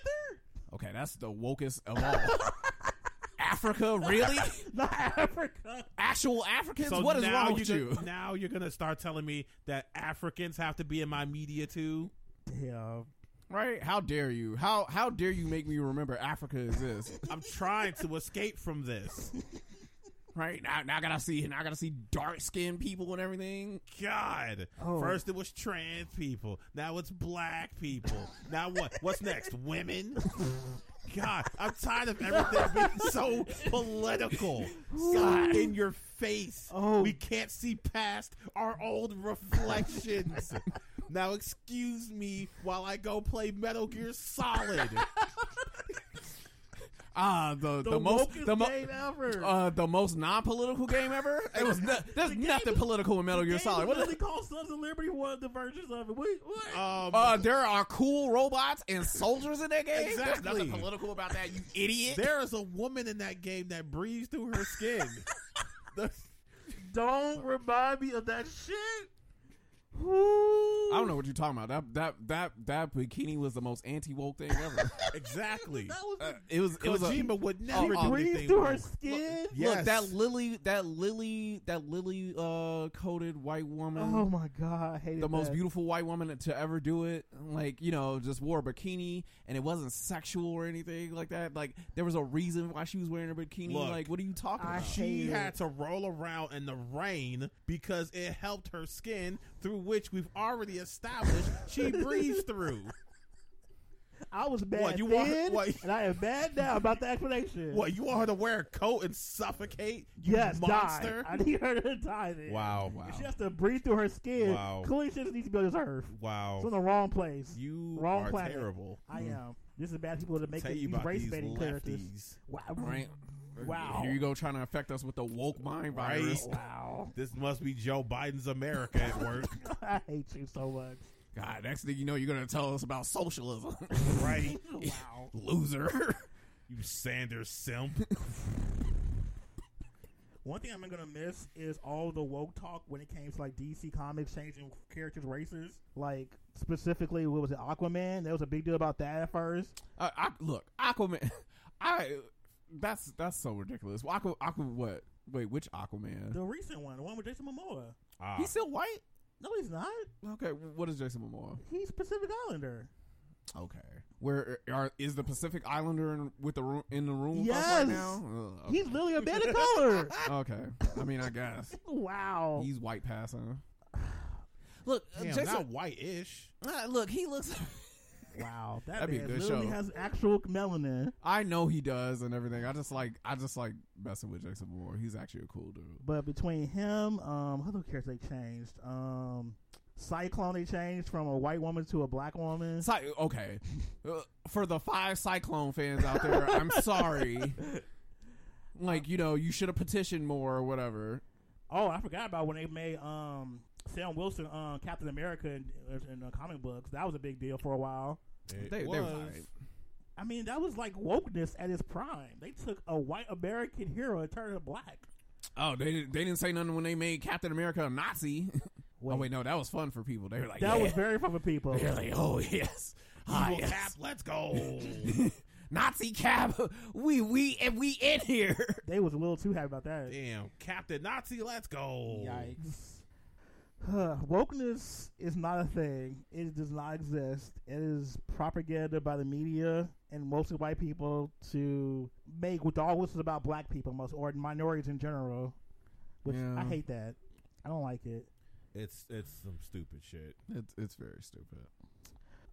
Speaker 3: Okay, that's the wokest of all. Africa, really?
Speaker 1: Not Africa.
Speaker 3: Actual Africans? what is
Speaker 2: now
Speaker 3: wrong with
Speaker 2: you're
Speaker 3: you?
Speaker 2: gonna- Now you're gonna start telling me that Africans have to be in my media too.
Speaker 1: Damn.
Speaker 3: Right? How dare you? How how dare you make me remember Africa exists?
Speaker 2: I'm trying to escape from this.
Speaker 3: right now, now I gotta see now I gotta see dark skinned people and everything.
Speaker 2: God.
Speaker 1: Oh.
Speaker 2: First it was trans people. Now it's black people. now what? What's next? Women? God, I'm tired of everything being so political. God, in your face.
Speaker 1: Oh.
Speaker 2: We can't see past our old reflections. now excuse me while I go play Metal Gear Solid.
Speaker 3: Ah, the the,
Speaker 1: The,
Speaker 3: most
Speaker 1: wokest
Speaker 3: the most
Speaker 1: game ever.
Speaker 3: uh the most non political game ever. It was no, there's
Speaker 1: The game
Speaker 3: nothing
Speaker 1: is-
Speaker 3: political in Metal Gear Solid. What
Speaker 1: What
Speaker 3: is-
Speaker 1: did they call Sons of Liberty? One of the versions of it. What? what?
Speaker 2: Um,
Speaker 3: uh, there are cool robots and soldiers in that game. There's
Speaker 2: Exactly.
Speaker 3: nothing political about that, you idiot.
Speaker 2: there is a woman in that game that breathes through her skin. The-
Speaker 1: Don't remind me of that shit. Ooh.
Speaker 3: I don't know what you're talking about. That that that that bikini was the most anti woke thing ever.
Speaker 2: exactly.
Speaker 1: That was
Speaker 3: Uh, it was it was a,
Speaker 2: Kojima would never
Speaker 3: oh,
Speaker 2: do
Speaker 1: breathe
Speaker 2: anything.
Speaker 1: through
Speaker 2: wrong.
Speaker 1: her skin.
Speaker 3: Look,
Speaker 2: Yes.
Speaker 3: that lily, that lily, that lily uh coated white woman,
Speaker 1: Oh my god, I hated
Speaker 3: the most
Speaker 1: that.
Speaker 3: beautiful white woman to ever do it. Like you know, just wore a bikini, and it wasn't sexual or anything like that. Like there was a reason why she was wearing a bikini.
Speaker 2: Look,
Speaker 3: like what are you talking
Speaker 1: I
Speaker 3: about?
Speaker 2: she
Speaker 1: Hated.
Speaker 2: had to roll around in the rain because it helped her skin, through which we've already established she breathes through.
Speaker 1: I was mad
Speaker 2: What, you want-
Speaker 1: then,
Speaker 2: what-
Speaker 1: and I am mad now about the explanation.
Speaker 2: What you want her to wear a coat and suffocate? You
Speaker 1: Yes,
Speaker 2: monster!
Speaker 1: die. I need her to die. Then.
Speaker 2: Wow! Wow!
Speaker 1: If she has to breathe through her skin,
Speaker 2: Wow.
Speaker 1: clearly she doesn't need to be on this earth. It's in
Speaker 2: Wow!
Speaker 1: the wrong place.
Speaker 2: You
Speaker 1: Wrong
Speaker 2: are
Speaker 1: planet.
Speaker 2: terrible.
Speaker 1: I am. This is bad people to make
Speaker 2: Tell
Speaker 1: these
Speaker 2: you about
Speaker 1: race
Speaker 2: these
Speaker 1: baiting characters.
Speaker 2: lefties.
Speaker 1: Wow.
Speaker 3: Right?
Speaker 1: Wow.
Speaker 3: Here you go trying to affect us with the woke mind
Speaker 2: Right.
Speaker 3: virus.
Speaker 1: Oh, Wow.
Speaker 2: This must be Joe Biden's America at work,
Speaker 1: I hate you so much.
Speaker 3: God, next thing you know, you're gonna tell us about socialism,
Speaker 2: right?
Speaker 1: Wow.
Speaker 3: loser.
Speaker 2: You Sanders simp.
Speaker 1: One thing I'm gonna miss is all the woke talk when it came to like DC Comics changing characters' races. Like specifically, what was it, Aquaman? There was a big deal about that at first.
Speaker 2: Uh-huh.
Speaker 3: Uh, I, look, Aquaman. I that's that's so ridiculous. Well, Aqua, Aqua, what? Wait, which Aquaman?
Speaker 1: The recent one, the one with Jason Momoa.
Speaker 2: Ah,
Speaker 3: He's still white.
Speaker 1: No, he's not.
Speaker 3: Okay, what is Jason Momoa?
Speaker 1: He's Pacific Islander.
Speaker 3: Okay, where are is the Pacific Islander in, with the room in the room with us
Speaker 1: Yes.
Speaker 3: right now? Ugh, okay.
Speaker 1: He's literally a man of color.
Speaker 3: okay, I mean, I guess
Speaker 1: wow.
Speaker 3: he's white passing.
Speaker 4: Look, uh,
Speaker 2: damn,
Speaker 4: Jason.
Speaker 2: not white-ish.
Speaker 4: uh, look, he looks.
Speaker 1: wow. That
Speaker 3: That'd be a
Speaker 1: man
Speaker 3: good
Speaker 1: literally
Speaker 3: show.
Speaker 1: has actual melanin.
Speaker 3: I know he does and everything. I just like I just like messing with Jason Moore. He's actually a cool dude.
Speaker 1: But between him, um, who other characters they changed? Um, Cyclone they changed from a white woman to a black woman.
Speaker 3: Cy- okay, Uh, for the five Cyclone fans out there, I'm sorry. Like you know, you should have petitioned more or whatever.
Speaker 1: Oh, I forgot about when they made um Sam Wilson um Captain America in, in the comic books. That was a big deal for a while.
Speaker 2: It
Speaker 3: They- they was alright.
Speaker 1: I mean, that was like wokeness at its prime. They took a white American hero and turned him black.
Speaker 3: Oh, they didn't, they didn't say nothing when they made Captain America a Nazi. oh wait, no, that was fun for people. They were like,
Speaker 1: That
Speaker 3: yeah.
Speaker 1: was very fun for people.
Speaker 3: They're like, oh yes, ah,
Speaker 2: Evil
Speaker 3: yes.
Speaker 2: cap, let's go.
Speaker 3: Nazi Cap. We we and we in here.
Speaker 1: They was a little too happy about that.
Speaker 2: Damn, Captain Nazi, let's go.
Speaker 1: Yikes. Huh, wokeness is not a thing. It does not exist. It is propaganda by the media and mostly white people to make with all whistles about black people most or minorities in general. Which I
Speaker 3: Yeah.
Speaker 1: hate that. I don't like it.
Speaker 2: It's it's some stupid shit.
Speaker 3: It's it's very stupid.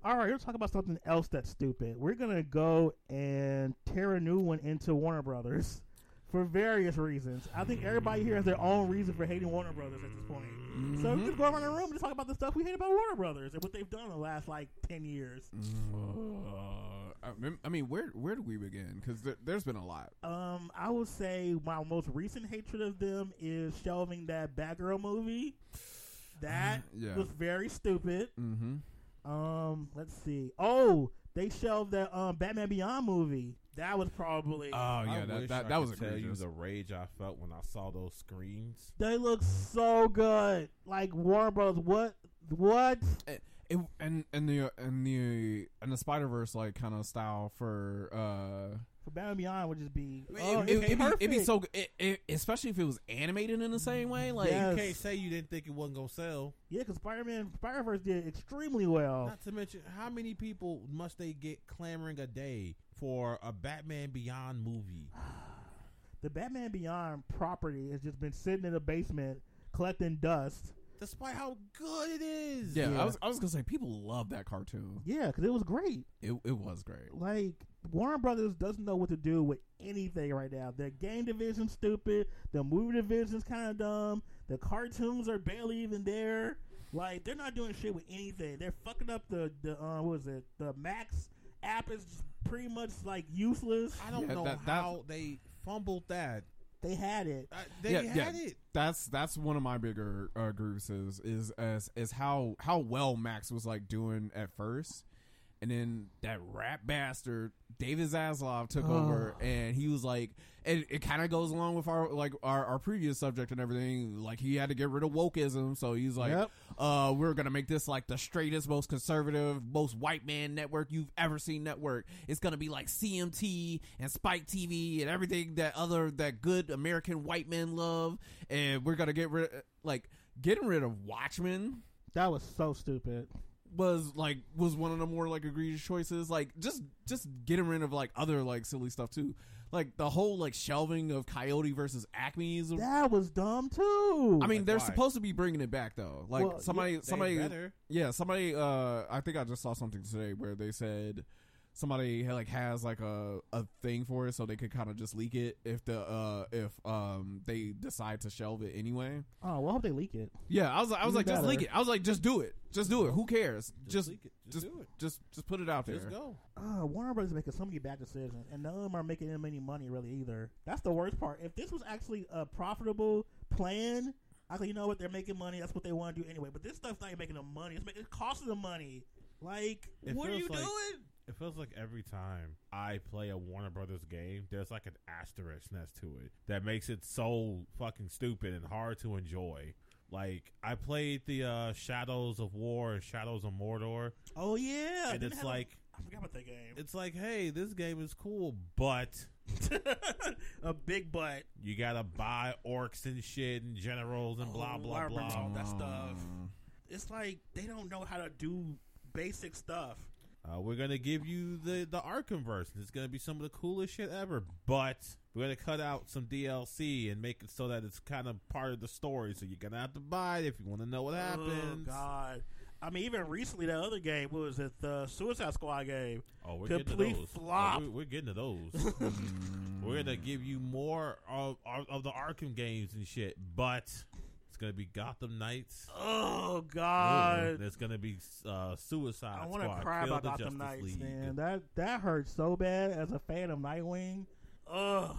Speaker 1: All right, let's talk about something else that's stupid. We're gonna go and tear a new one into Warner Brothers for various reasons. I think everybody here has their own reason for hating Warner Brothers at this point.
Speaker 3: Mm-hmm.
Speaker 1: So we just go around the room and just talk about the stuff we hate about Warner Brothers and what they've done in the last like ten years.
Speaker 3: Uh, I mem- I mean, where where do we begin? Because there, there's been a lot.
Speaker 1: Um, I would say my most recent hatred of them is shelving that Batgirl movie. That
Speaker 3: Mm, Yeah.
Speaker 1: was very stupid.
Speaker 3: Mm-hmm.
Speaker 1: Um, let's see. Oh, they shelved that um Batman Beyond movie. That was probably.
Speaker 3: Oh yeah, that, that, that was
Speaker 2: a tell you
Speaker 3: egregious.
Speaker 2: the rage I felt when I saw those screens.
Speaker 1: They look so good. Like Warner Bros. What? What?
Speaker 3: It, and and the and the and the Spider Verse like kind of style for uh,
Speaker 1: For Batman Beyond would just be.
Speaker 3: it,
Speaker 1: oh, it's
Speaker 3: it, it'd be- it'd, be,
Speaker 1: perfect.
Speaker 3: so good, it, it, especially if it was animated in the same way. Like
Speaker 1: Yeah.
Speaker 2: You
Speaker 1: Yes.
Speaker 2: can't say you didn't think it wasn't gonna sell.
Speaker 1: Yeah, because Spider Man, Spider Verse did extremely well.
Speaker 2: Not to mention, how many people must they get clamoring a day for a Batman Beyond movie?
Speaker 1: The Batman Beyond property has just been sitting in the basement collecting dust.
Speaker 2: Despite how good it is.
Speaker 3: yeah,
Speaker 1: Yeah.
Speaker 3: I was I was gonna say people love that cartoon.
Speaker 1: Yeah, because it was great.
Speaker 3: It it was great.
Speaker 1: Like Warner Brothers doesn't know what to do with anything right now. Their game division's stupid. The movie division's kind of dumb. The cartoons are barely even there. Like they're not doing shit with anything. They're fucking up the the uh, what was it? The Max app is pretty much like useless.
Speaker 2: I don't
Speaker 3: Yeah,
Speaker 2: know
Speaker 3: that- that-
Speaker 2: how they fumbled that.
Speaker 1: They had it.
Speaker 2: Uh, they
Speaker 3: Yeah,
Speaker 2: had
Speaker 3: yeah.
Speaker 2: it.
Speaker 3: That's that's one of my bigger uh, grievances is as is how how well Max was like doing at first, and then that rap bastard David Zaslav took over, and he was like, and it kind of goes along with our like our, our previous subject and everything. Like he had to get rid of wokeism, so he's like,
Speaker 1: Yep.
Speaker 3: uh, we're gonna make this like the straightest, most conservative, most white man network you've ever seen. Network. It's gonna be like CMT and Spike TV and everything that other that good American white men love. And we're gonna get rid like getting rid of Watchmen
Speaker 1: That was so stupid.
Speaker 3: was like was one of the more like egregious choices. Like just just getting rid of like other like silly stuff too. Like the whole like shelving of Coyote versus Acme is.
Speaker 1: That was dumb too.
Speaker 3: I mean,
Speaker 2: Like,
Speaker 3: they're
Speaker 2: why?
Speaker 3: supposed to be bringing it back though. Like
Speaker 1: Well,
Speaker 3: somebody,
Speaker 2: They
Speaker 3: somebody,
Speaker 2: better.
Speaker 3: yeah, somebody. Uh, I think I just saw something today where they said somebody had, like has like a a thing for it, so they could kind of just leak it if the uh if um they decide to shelve it anyway.
Speaker 1: oh well, I hope they leak it.
Speaker 3: Yeah, I was I
Speaker 1: Even
Speaker 3: was like just leak
Speaker 1: better.
Speaker 3: it. I was like just do it. Just do it. Who cares? Just
Speaker 2: leak it.
Speaker 3: just-
Speaker 2: do it.
Speaker 3: just just put it out there.
Speaker 2: Just go.
Speaker 1: Uh, Warner Brothers is making so many bad decisions, and none of them are making them any money really either. That's the worst part. If this was actually a profitable plan, I think you know what they're making money. That's what they want to do anyway. But this stuff's not even making them money. It's making it costing them money. Like,
Speaker 2: It
Speaker 1: what are
Speaker 2: feels
Speaker 1: you
Speaker 2: like-
Speaker 1: doing?
Speaker 2: It feels like every time I play a Warner Brothers game, there's like an asterisk next to it that makes it so fucking stupid and hard to enjoy. Like I played the uh, Shadows of War and Shadows of Mordor,
Speaker 1: Oh yeah,
Speaker 2: and
Speaker 1: They
Speaker 2: it's
Speaker 1: had a-
Speaker 2: like
Speaker 1: I forgot about that game.
Speaker 2: it's like, hey, this game is cool, but
Speaker 1: a big butt.
Speaker 2: you gotta buy orcs and shit and generals and blah
Speaker 1: Oh,
Speaker 2: blah
Speaker 1: I remember
Speaker 2: blah.
Speaker 1: that stuff.
Speaker 3: Um,
Speaker 1: It's like they don't know how to do basic stuff.
Speaker 2: Uh, we're gonna give you the the Arkhamverse. It's gonna be some of the coolest shit ever, but we're gonna cut out some DLC and make it so that it's kind of part of the story. So you're gonna have to buy it if you want to know what happens.
Speaker 1: Oh God. I mean, even recently, that other game what was it the Suicide Squad game?
Speaker 2: Oh, we're
Speaker 1: Complete
Speaker 2: getting to those.
Speaker 1: flop.
Speaker 2: Oh, we- we're getting to those. we're gonna give you more of, of of the Arkham games and shit, but it's gonna be Gotham Knights.
Speaker 1: Oh God.
Speaker 2: There's gonna be uh, Suicide.
Speaker 1: I want to
Speaker 2: Squad,
Speaker 1: cry
Speaker 2: Kill
Speaker 1: about
Speaker 2: the
Speaker 1: Gotham
Speaker 2: Justice
Speaker 1: Knights,
Speaker 2: League.
Speaker 1: man. That that hurt so bad as a fan of Nightwing. Ugh.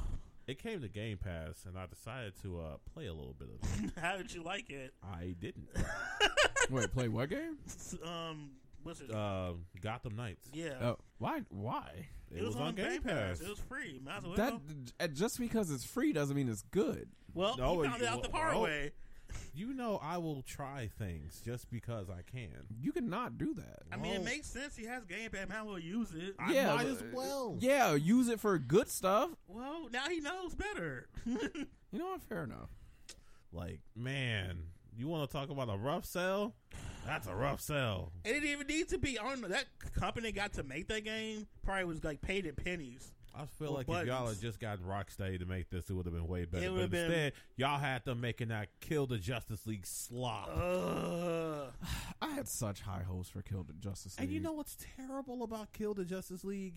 Speaker 2: It came to Game Pass, and I decided to uh, play a little bit of it.
Speaker 1: How did you like it?
Speaker 2: I didn't.
Speaker 3: Wait, play what game?
Speaker 1: Um, what's it?
Speaker 2: uh, Gotham Knights.
Speaker 1: yeah.
Speaker 3: Oh, why? Why?
Speaker 2: It, was, on Game, Pass.
Speaker 1: It was free. Might as well.
Speaker 3: That uh, just because it's free doesn't mean it's good.
Speaker 1: well,
Speaker 2: No, oh,
Speaker 1: you found
Speaker 2: you-
Speaker 1: it out the
Speaker 2: well,
Speaker 1: hard way.
Speaker 2: You know, I will try things just because I can.
Speaker 3: You cannot do that.
Speaker 1: I mean, it
Speaker 2: well-
Speaker 1: makes sense. He has Game Pass. Might as well use it.
Speaker 2: I
Speaker 3: Yeah,
Speaker 2: might
Speaker 3: but-
Speaker 2: as well.
Speaker 3: Yeah, use it for good stuff.
Speaker 1: Well, now he knows better.
Speaker 3: You know what? Fair enough.
Speaker 2: Like, man, you want to talk about a rough sell? That's a rough sell.
Speaker 1: It didn't even need to be. I don't know. That company got to make that game probably was like paid in pennies.
Speaker 2: I feel
Speaker 1: Well,
Speaker 2: like if y'all
Speaker 1: buttons.
Speaker 2: had just gotten Rocksteady to make this, it would have been way better.
Speaker 1: It
Speaker 2: But
Speaker 1: would've been-
Speaker 2: instead, y'all had them making that Kill the Justice League slop.
Speaker 1: Uh, Ugh.
Speaker 3: I had such high hopes for Kill the Justice League.
Speaker 2: and you know what's terrible about Kill the Justice League?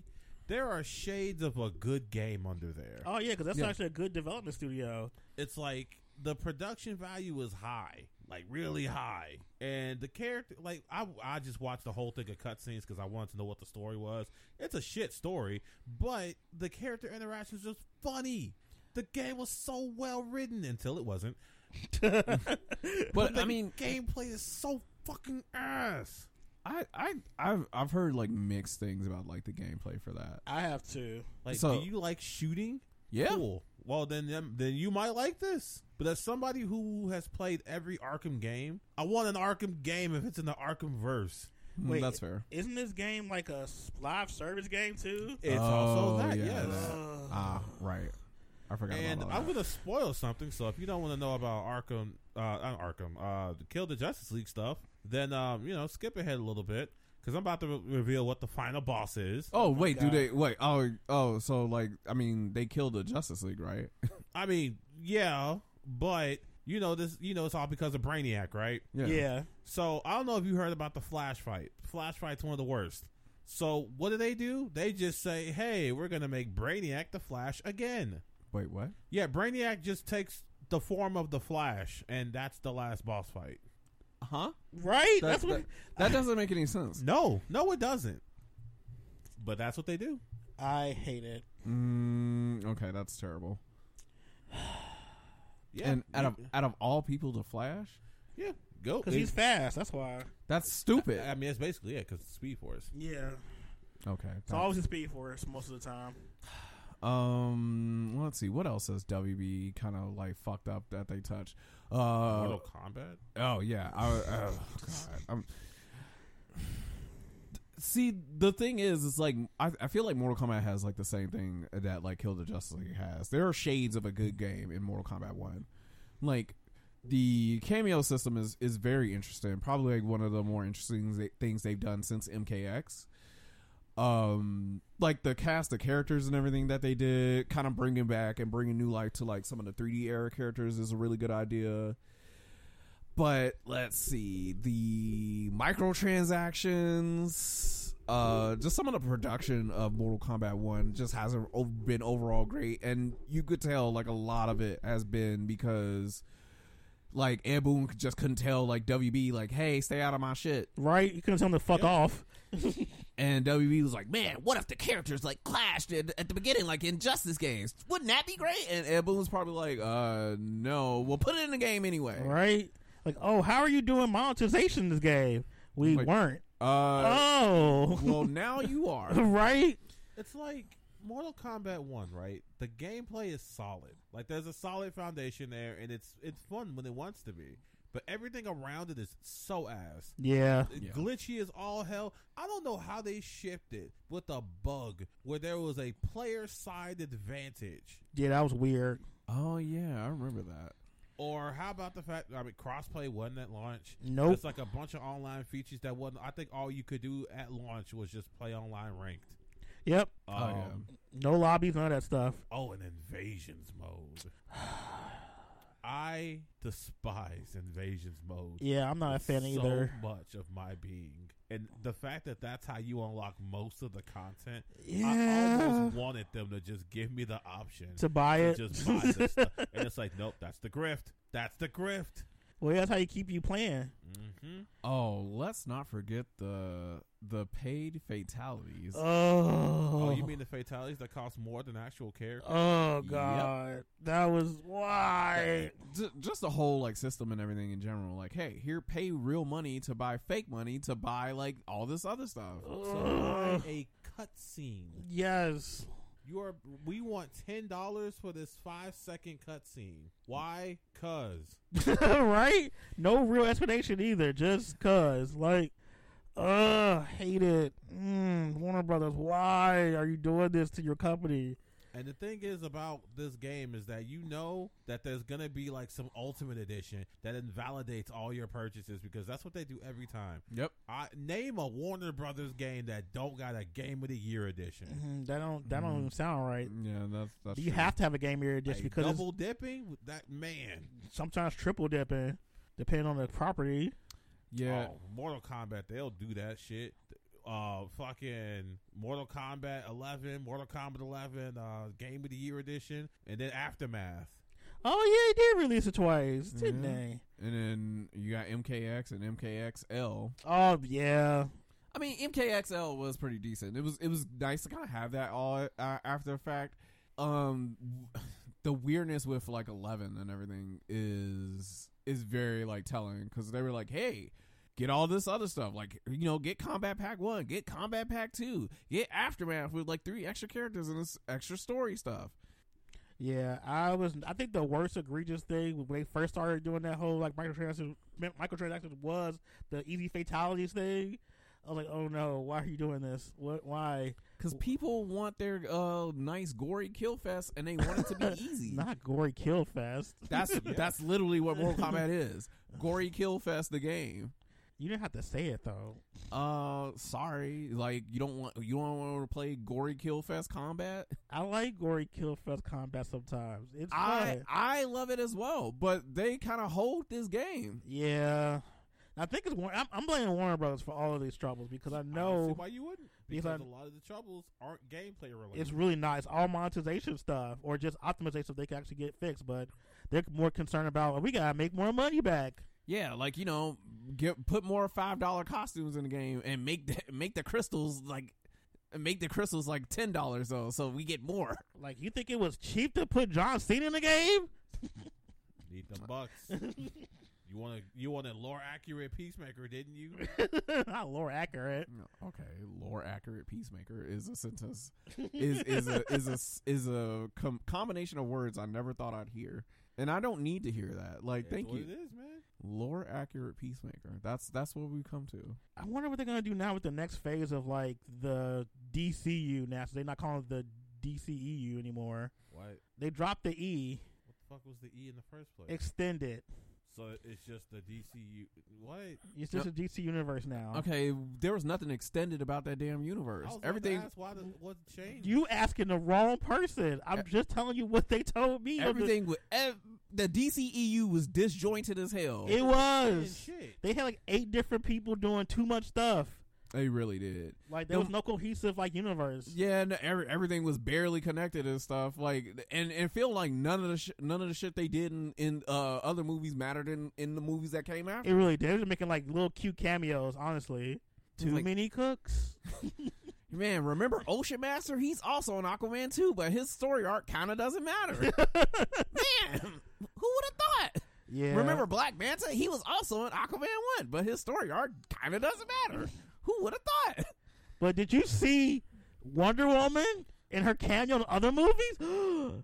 Speaker 2: There are shades of a good game under there.
Speaker 1: Oh yeah, because that's
Speaker 3: Yeah.
Speaker 1: actually a good development studio.
Speaker 2: it's like the production value is high, like really high, and the character, like I, I just watched the whole thing of cutscenes because I wanted to know what the story was. It's a shit story, but the character interactions was funny. The game was so well written until it wasn't.
Speaker 3: but
Speaker 2: The
Speaker 3: I mean,
Speaker 2: gameplay is so fucking ass.
Speaker 3: I I I've I've heard like mixed things about like the gameplay for that.
Speaker 1: I have to.
Speaker 2: Like,
Speaker 3: So-
Speaker 2: do you like shooting?
Speaker 3: Yeah,
Speaker 2: Cool. Well, then then you might like this. But as somebody who has played every Arkham game, I want an Arkham game if it's in the Arkham verse.
Speaker 3: Mm,
Speaker 1: Wait.
Speaker 3: that's fair.
Speaker 1: Isn't this game like a s- live service game too? Uh,
Speaker 2: It's
Speaker 3: Oh,
Speaker 2: also that,
Speaker 3: yeah,
Speaker 2: yes.
Speaker 3: that.
Speaker 1: Ugh.
Speaker 3: Ah, right. I forgot.
Speaker 2: And
Speaker 3: about all
Speaker 2: I'm
Speaker 3: that.
Speaker 2: going to spoil something. So if you don't want to know about Arkham, uh, not Arkham, uh, the Kill the Justice League stuff, then um, you know, skip ahead a little bit because I'm about to re- reveal what the final boss is.
Speaker 3: Oh wait, do
Speaker 1: God.
Speaker 3: they wait? Oh oh, so like I mean, they killed the Justice League, right?
Speaker 2: I mean, yeah, but you know this, you know, it's all because of Brainiac, right?
Speaker 1: yeah.
Speaker 2: So I don't know if you heard about the flash fight. Flash fight's one of the worst. So what do they do? They just say, "Hey, we're gonna make Brainiac the Flash again."
Speaker 3: Wait, what?
Speaker 2: Yeah, Brainiac just takes the form of the Flash, and that's the last boss fight.
Speaker 3: Huh?
Speaker 1: right.
Speaker 3: That,
Speaker 1: that's what.
Speaker 3: that, that doesn't make any sense.
Speaker 2: No, no, it doesn't. But that's what they do.
Speaker 1: I hate it.
Speaker 3: Mm, okay, that's terrible.
Speaker 2: Yeah,
Speaker 3: And out of
Speaker 2: you-
Speaker 3: out of all people, to Flash,
Speaker 2: yeah, go.
Speaker 1: Because he's fast. That's why.
Speaker 3: that's stupid.
Speaker 2: I mean, that's basically it because Speed Force.
Speaker 1: Yeah.
Speaker 3: okay.
Speaker 1: It's always a speed force most of the time.
Speaker 3: Um, let's see. What else has WB kind of like fucked up that they touch? Uh,
Speaker 2: Mortal Kombat.
Speaker 3: oh yeah. I, oh, God. I'm, see, the thing is, it's like I, I feel like Mortal Kombat has like the same thing that like Kill the Justice League has. There are shades of a good game in Mortal Kombat One. Like the cameo system is is very interesting. Probably like one of the more interesting th- things they've done since MKX um like the cast of characters and everything that they did kind of bringing back and bringing new life to like some of the 3d era characters is a really good idea but let's see the microtransactions uh just some of the production of mortal kombat 1 just hasn't o- been overall great and you could tell like a lot of it has been because like Ed Boon just couldn't tell like WB like, hey, stay out of my shit,
Speaker 1: right? You couldn't tell him to fuck
Speaker 2: Yeah.
Speaker 1: off.
Speaker 3: and WB was like,
Speaker 4: Man, what if the characters like clashed at, at the beginning, like in Justice games?
Speaker 3: wouldn't that be great? And Ed Boon was probably like, uh, no, we'll put it in the game anyway.
Speaker 1: Right? Like, oh, how are you doing monetization in this game? We
Speaker 3: Like,
Speaker 1: weren't.
Speaker 3: Uh,
Speaker 1: oh,
Speaker 3: well, now you are.
Speaker 1: right?
Speaker 2: It's like Mortal Kombat One, right? The gameplay is solid. Like there's a solid foundation there, and it's it's fun when it wants to be. But everything around it is so ass.
Speaker 1: Yeah.
Speaker 3: Yeah.
Speaker 2: Glitchy as all hell. I don't know how they shifted with a bug where there was a player side advantage.
Speaker 1: Yeah, that was weird.
Speaker 3: Oh yeah, I remember that.
Speaker 2: Or how about the fact I mean crossplay wasn't at launch.
Speaker 1: Nope.
Speaker 2: It's like a bunch of online features that wasn't I think all you could do at launch was just play online ranked.
Speaker 1: Yep.
Speaker 2: Um,
Speaker 3: Oh,
Speaker 2: oh,
Speaker 3: yeah.
Speaker 1: No lobbies, none of that stuff.
Speaker 2: and invasions mode. I despise invasions mode.
Speaker 1: Yeah, I'm not a fan
Speaker 2: so
Speaker 1: either.
Speaker 2: much of my being. And the fact that that's how you unlock most of the content, I
Speaker 1: Yeah.
Speaker 2: almost wanted them to just give me the option
Speaker 1: To buy it.
Speaker 2: just buy this stuff. And it's like, nope, that's the grift. That's the grift.
Speaker 1: well, that's how you keep you playing.
Speaker 2: Mm-hmm.
Speaker 3: Oh, let's not forget the the paid fatalities.
Speaker 1: Oh.
Speaker 2: Oh, Uh, you mean the fatalities that cost more than actual characters?
Speaker 1: Oh
Speaker 3: Yep.
Speaker 1: God, that was why.
Speaker 3: Ju- just the whole like system and everything in general. Like, hey, here, pay real money to buy fake money to buy like all this other stuff.
Speaker 1: Oh.
Speaker 2: uh.
Speaker 1: Ugh.
Speaker 2: a cutscene.
Speaker 1: Yes.
Speaker 2: You are. We want ten dollars for this five second cutscene. Why? Cause
Speaker 1: right? No real explanation either. Just cause, like, uh, hate it. Mm, Warner Brothers, why are you doing this to your company?
Speaker 2: And the thing is about this game is that you know that there's gonna be like some ultimate edition that invalidates all your purchases because that's what they do every time.
Speaker 3: Yep.
Speaker 2: I name a Warner Brothers game that don't got a Game of the Year edition.
Speaker 1: Mm, that don't that
Speaker 2: Mm-hmm.
Speaker 1: don't
Speaker 3: Mhm.
Speaker 1: even sound right.
Speaker 3: Yeah, that's that's.
Speaker 1: You
Speaker 3: true.
Speaker 1: have to have a game area just
Speaker 2: Mm, Like,
Speaker 1: because it's
Speaker 2: double dipping with that man.
Speaker 1: sometimes triple dipping, depending on the property.
Speaker 3: Yeah.
Speaker 2: Oh, Mortal Kombat, they'll do that shit. Uh, fucking Mortal Kombat 11, Mortal Kombat 11, uh, Game of the Year edition, and then Aftermath.
Speaker 1: Oh yeah, they did release it twice, didn't
Speaker 3: Mhm.
Speaker 2: Mm-hmm.
Speaker 1: they?
Speaker 3: And then you got MKX and MKXL.
Speaker 1: Oh yeah,
Speaker 3: I mean, MKXL was pretty decent. It was it was nice to kind of have that all uh, after the fact. Um, the weirdness with like Eleven and everything is is very like telling because they were like, hey. Get all this other stuff, like you know, get Combat Pack One, get Combat Pack Two, get Aftermath with like three extra characters and this extra story stuff.
Speaker 1: yeah. I was. I think the worst egregious thing when they first started doing that whole like microtransaction, microtransactions was the easy fatalities thing. I was like, oh no, why are you doing this? What? Why?
Speaker 3: Because people want their uh nice gory kill fest and they want it to be easy.
Speaker 1: Not gory kill fest.
Speaker 3: That's that's literally what Mortal Kombat is. Gory kill fest, the game.
Speaker 1: You didn't have to say it though.
Speaker 3: Uh, sorry. Like you don't want you don't want to play gory kill fest combat.
Speaker 1: I like gory kill fest combat sometimes. It's
Speaker 3: I
Speaker 1: fun.
Speaker 3: I love it as well, but they kind of hold this game.
Speaker 1: Yeah. I think it's Warner. I'm, I'm blaming Warner Brothers for all of these troubles because I
Speaker 2: I don't see
Speaker 1: know
Speaker 2: why you wouldn't.
Speaker 1: Because
Speaker 2: Because
Speaker 1: I-
Speaker 2: a lot of the troubles aren't gameplay related.
Speaker 1: it's really not. It's all monetization stuff or just optimization stuff they can actually get fixed, but they're more concerned about "Oh, we gotta make more money back.
Speaker 3: Yeah, like you know, get put more five dollar costumes in the game and make the make the crystals like make the crystals like ten dollars though, so we get more.
Speaker 1: Like you think it was cheap to put John Cena in the game?
Speaker 2: Need the bucks. you want to you want a lore accurate peacemaker, didn't you?
Speaker 1: not lore accurate.
Speaker 3: Okay, lore accurate peacemaker is a sentence is is a is a is a com- combination of words I never thought I'd hear, and I don't need to hear that. Like,
Speaker 2: That's
Speaker 3: thank
Speaker 2: what
Speaker 3: you,
Speaker 2: It is, man.
Speaker 3: lore accurate peacemaker. That's that's what we come to.
Speaker 1: I wonder what they're gonna do now with the next phase of like the DCU now. So they're not calling it the DCEU anymore.
Speaker 2: What? What
Speaker 1: They dropped the E,
Speaker 2: the fuck was the E in the first place?
Speaker 1: extend it.
Speaker 2: so it's just the DCU. What?
Speaker 1: It's just a DC universe now.
Speaker 3: Okay, there was nothing extended about that damn
Speaker 2: Uh, I
Speaker 3: universe.
Speaker 2: was about to
Speaker 3: Everything
Speaker 2: ask Why the, what changed?
Speaker 1: You asking the wrong person. I'm
Speaker 3: Yeah.
Speaker 1: just telling you what they told me. I'm just-
Speaker 3: E everything with ev- the DCEU was disjointed as hell.
Speaker 1: it
Speaker 2: Saying
Speaker 1: was.
Speaker 2: shit.
Speaker 1: They had like eight different people doing too much stuff.
Speaker 3: They really did.
Speaker 1: Like there was no cohesive like universe.
Speaker 3: Yeah, and every, everything was barely connected and stuff. Like, and and it feel like none of the sh- none of the shit they did in, in uh, other movies mattered in, in the movies that came after.
Speaker 1: It really did. They were making like little cute cameos. Honestly, too
Speaker 3: like-
Speaker 1: many cooks.
Speaker 3: Man, remember Ocean Master? He's also in Aquaman too, but his story arc kind of doesn't matter. Man, who would have thought?
Speaker 1: Yeah.
Speaker 3: Remember Black Manta? He was also in Aquaman one, but his story arc kind of doesn't matter. Who would have thought?
Speaker 1: But did you see Wonder Woman in her cameo in other movies?
Speaker 3: Oh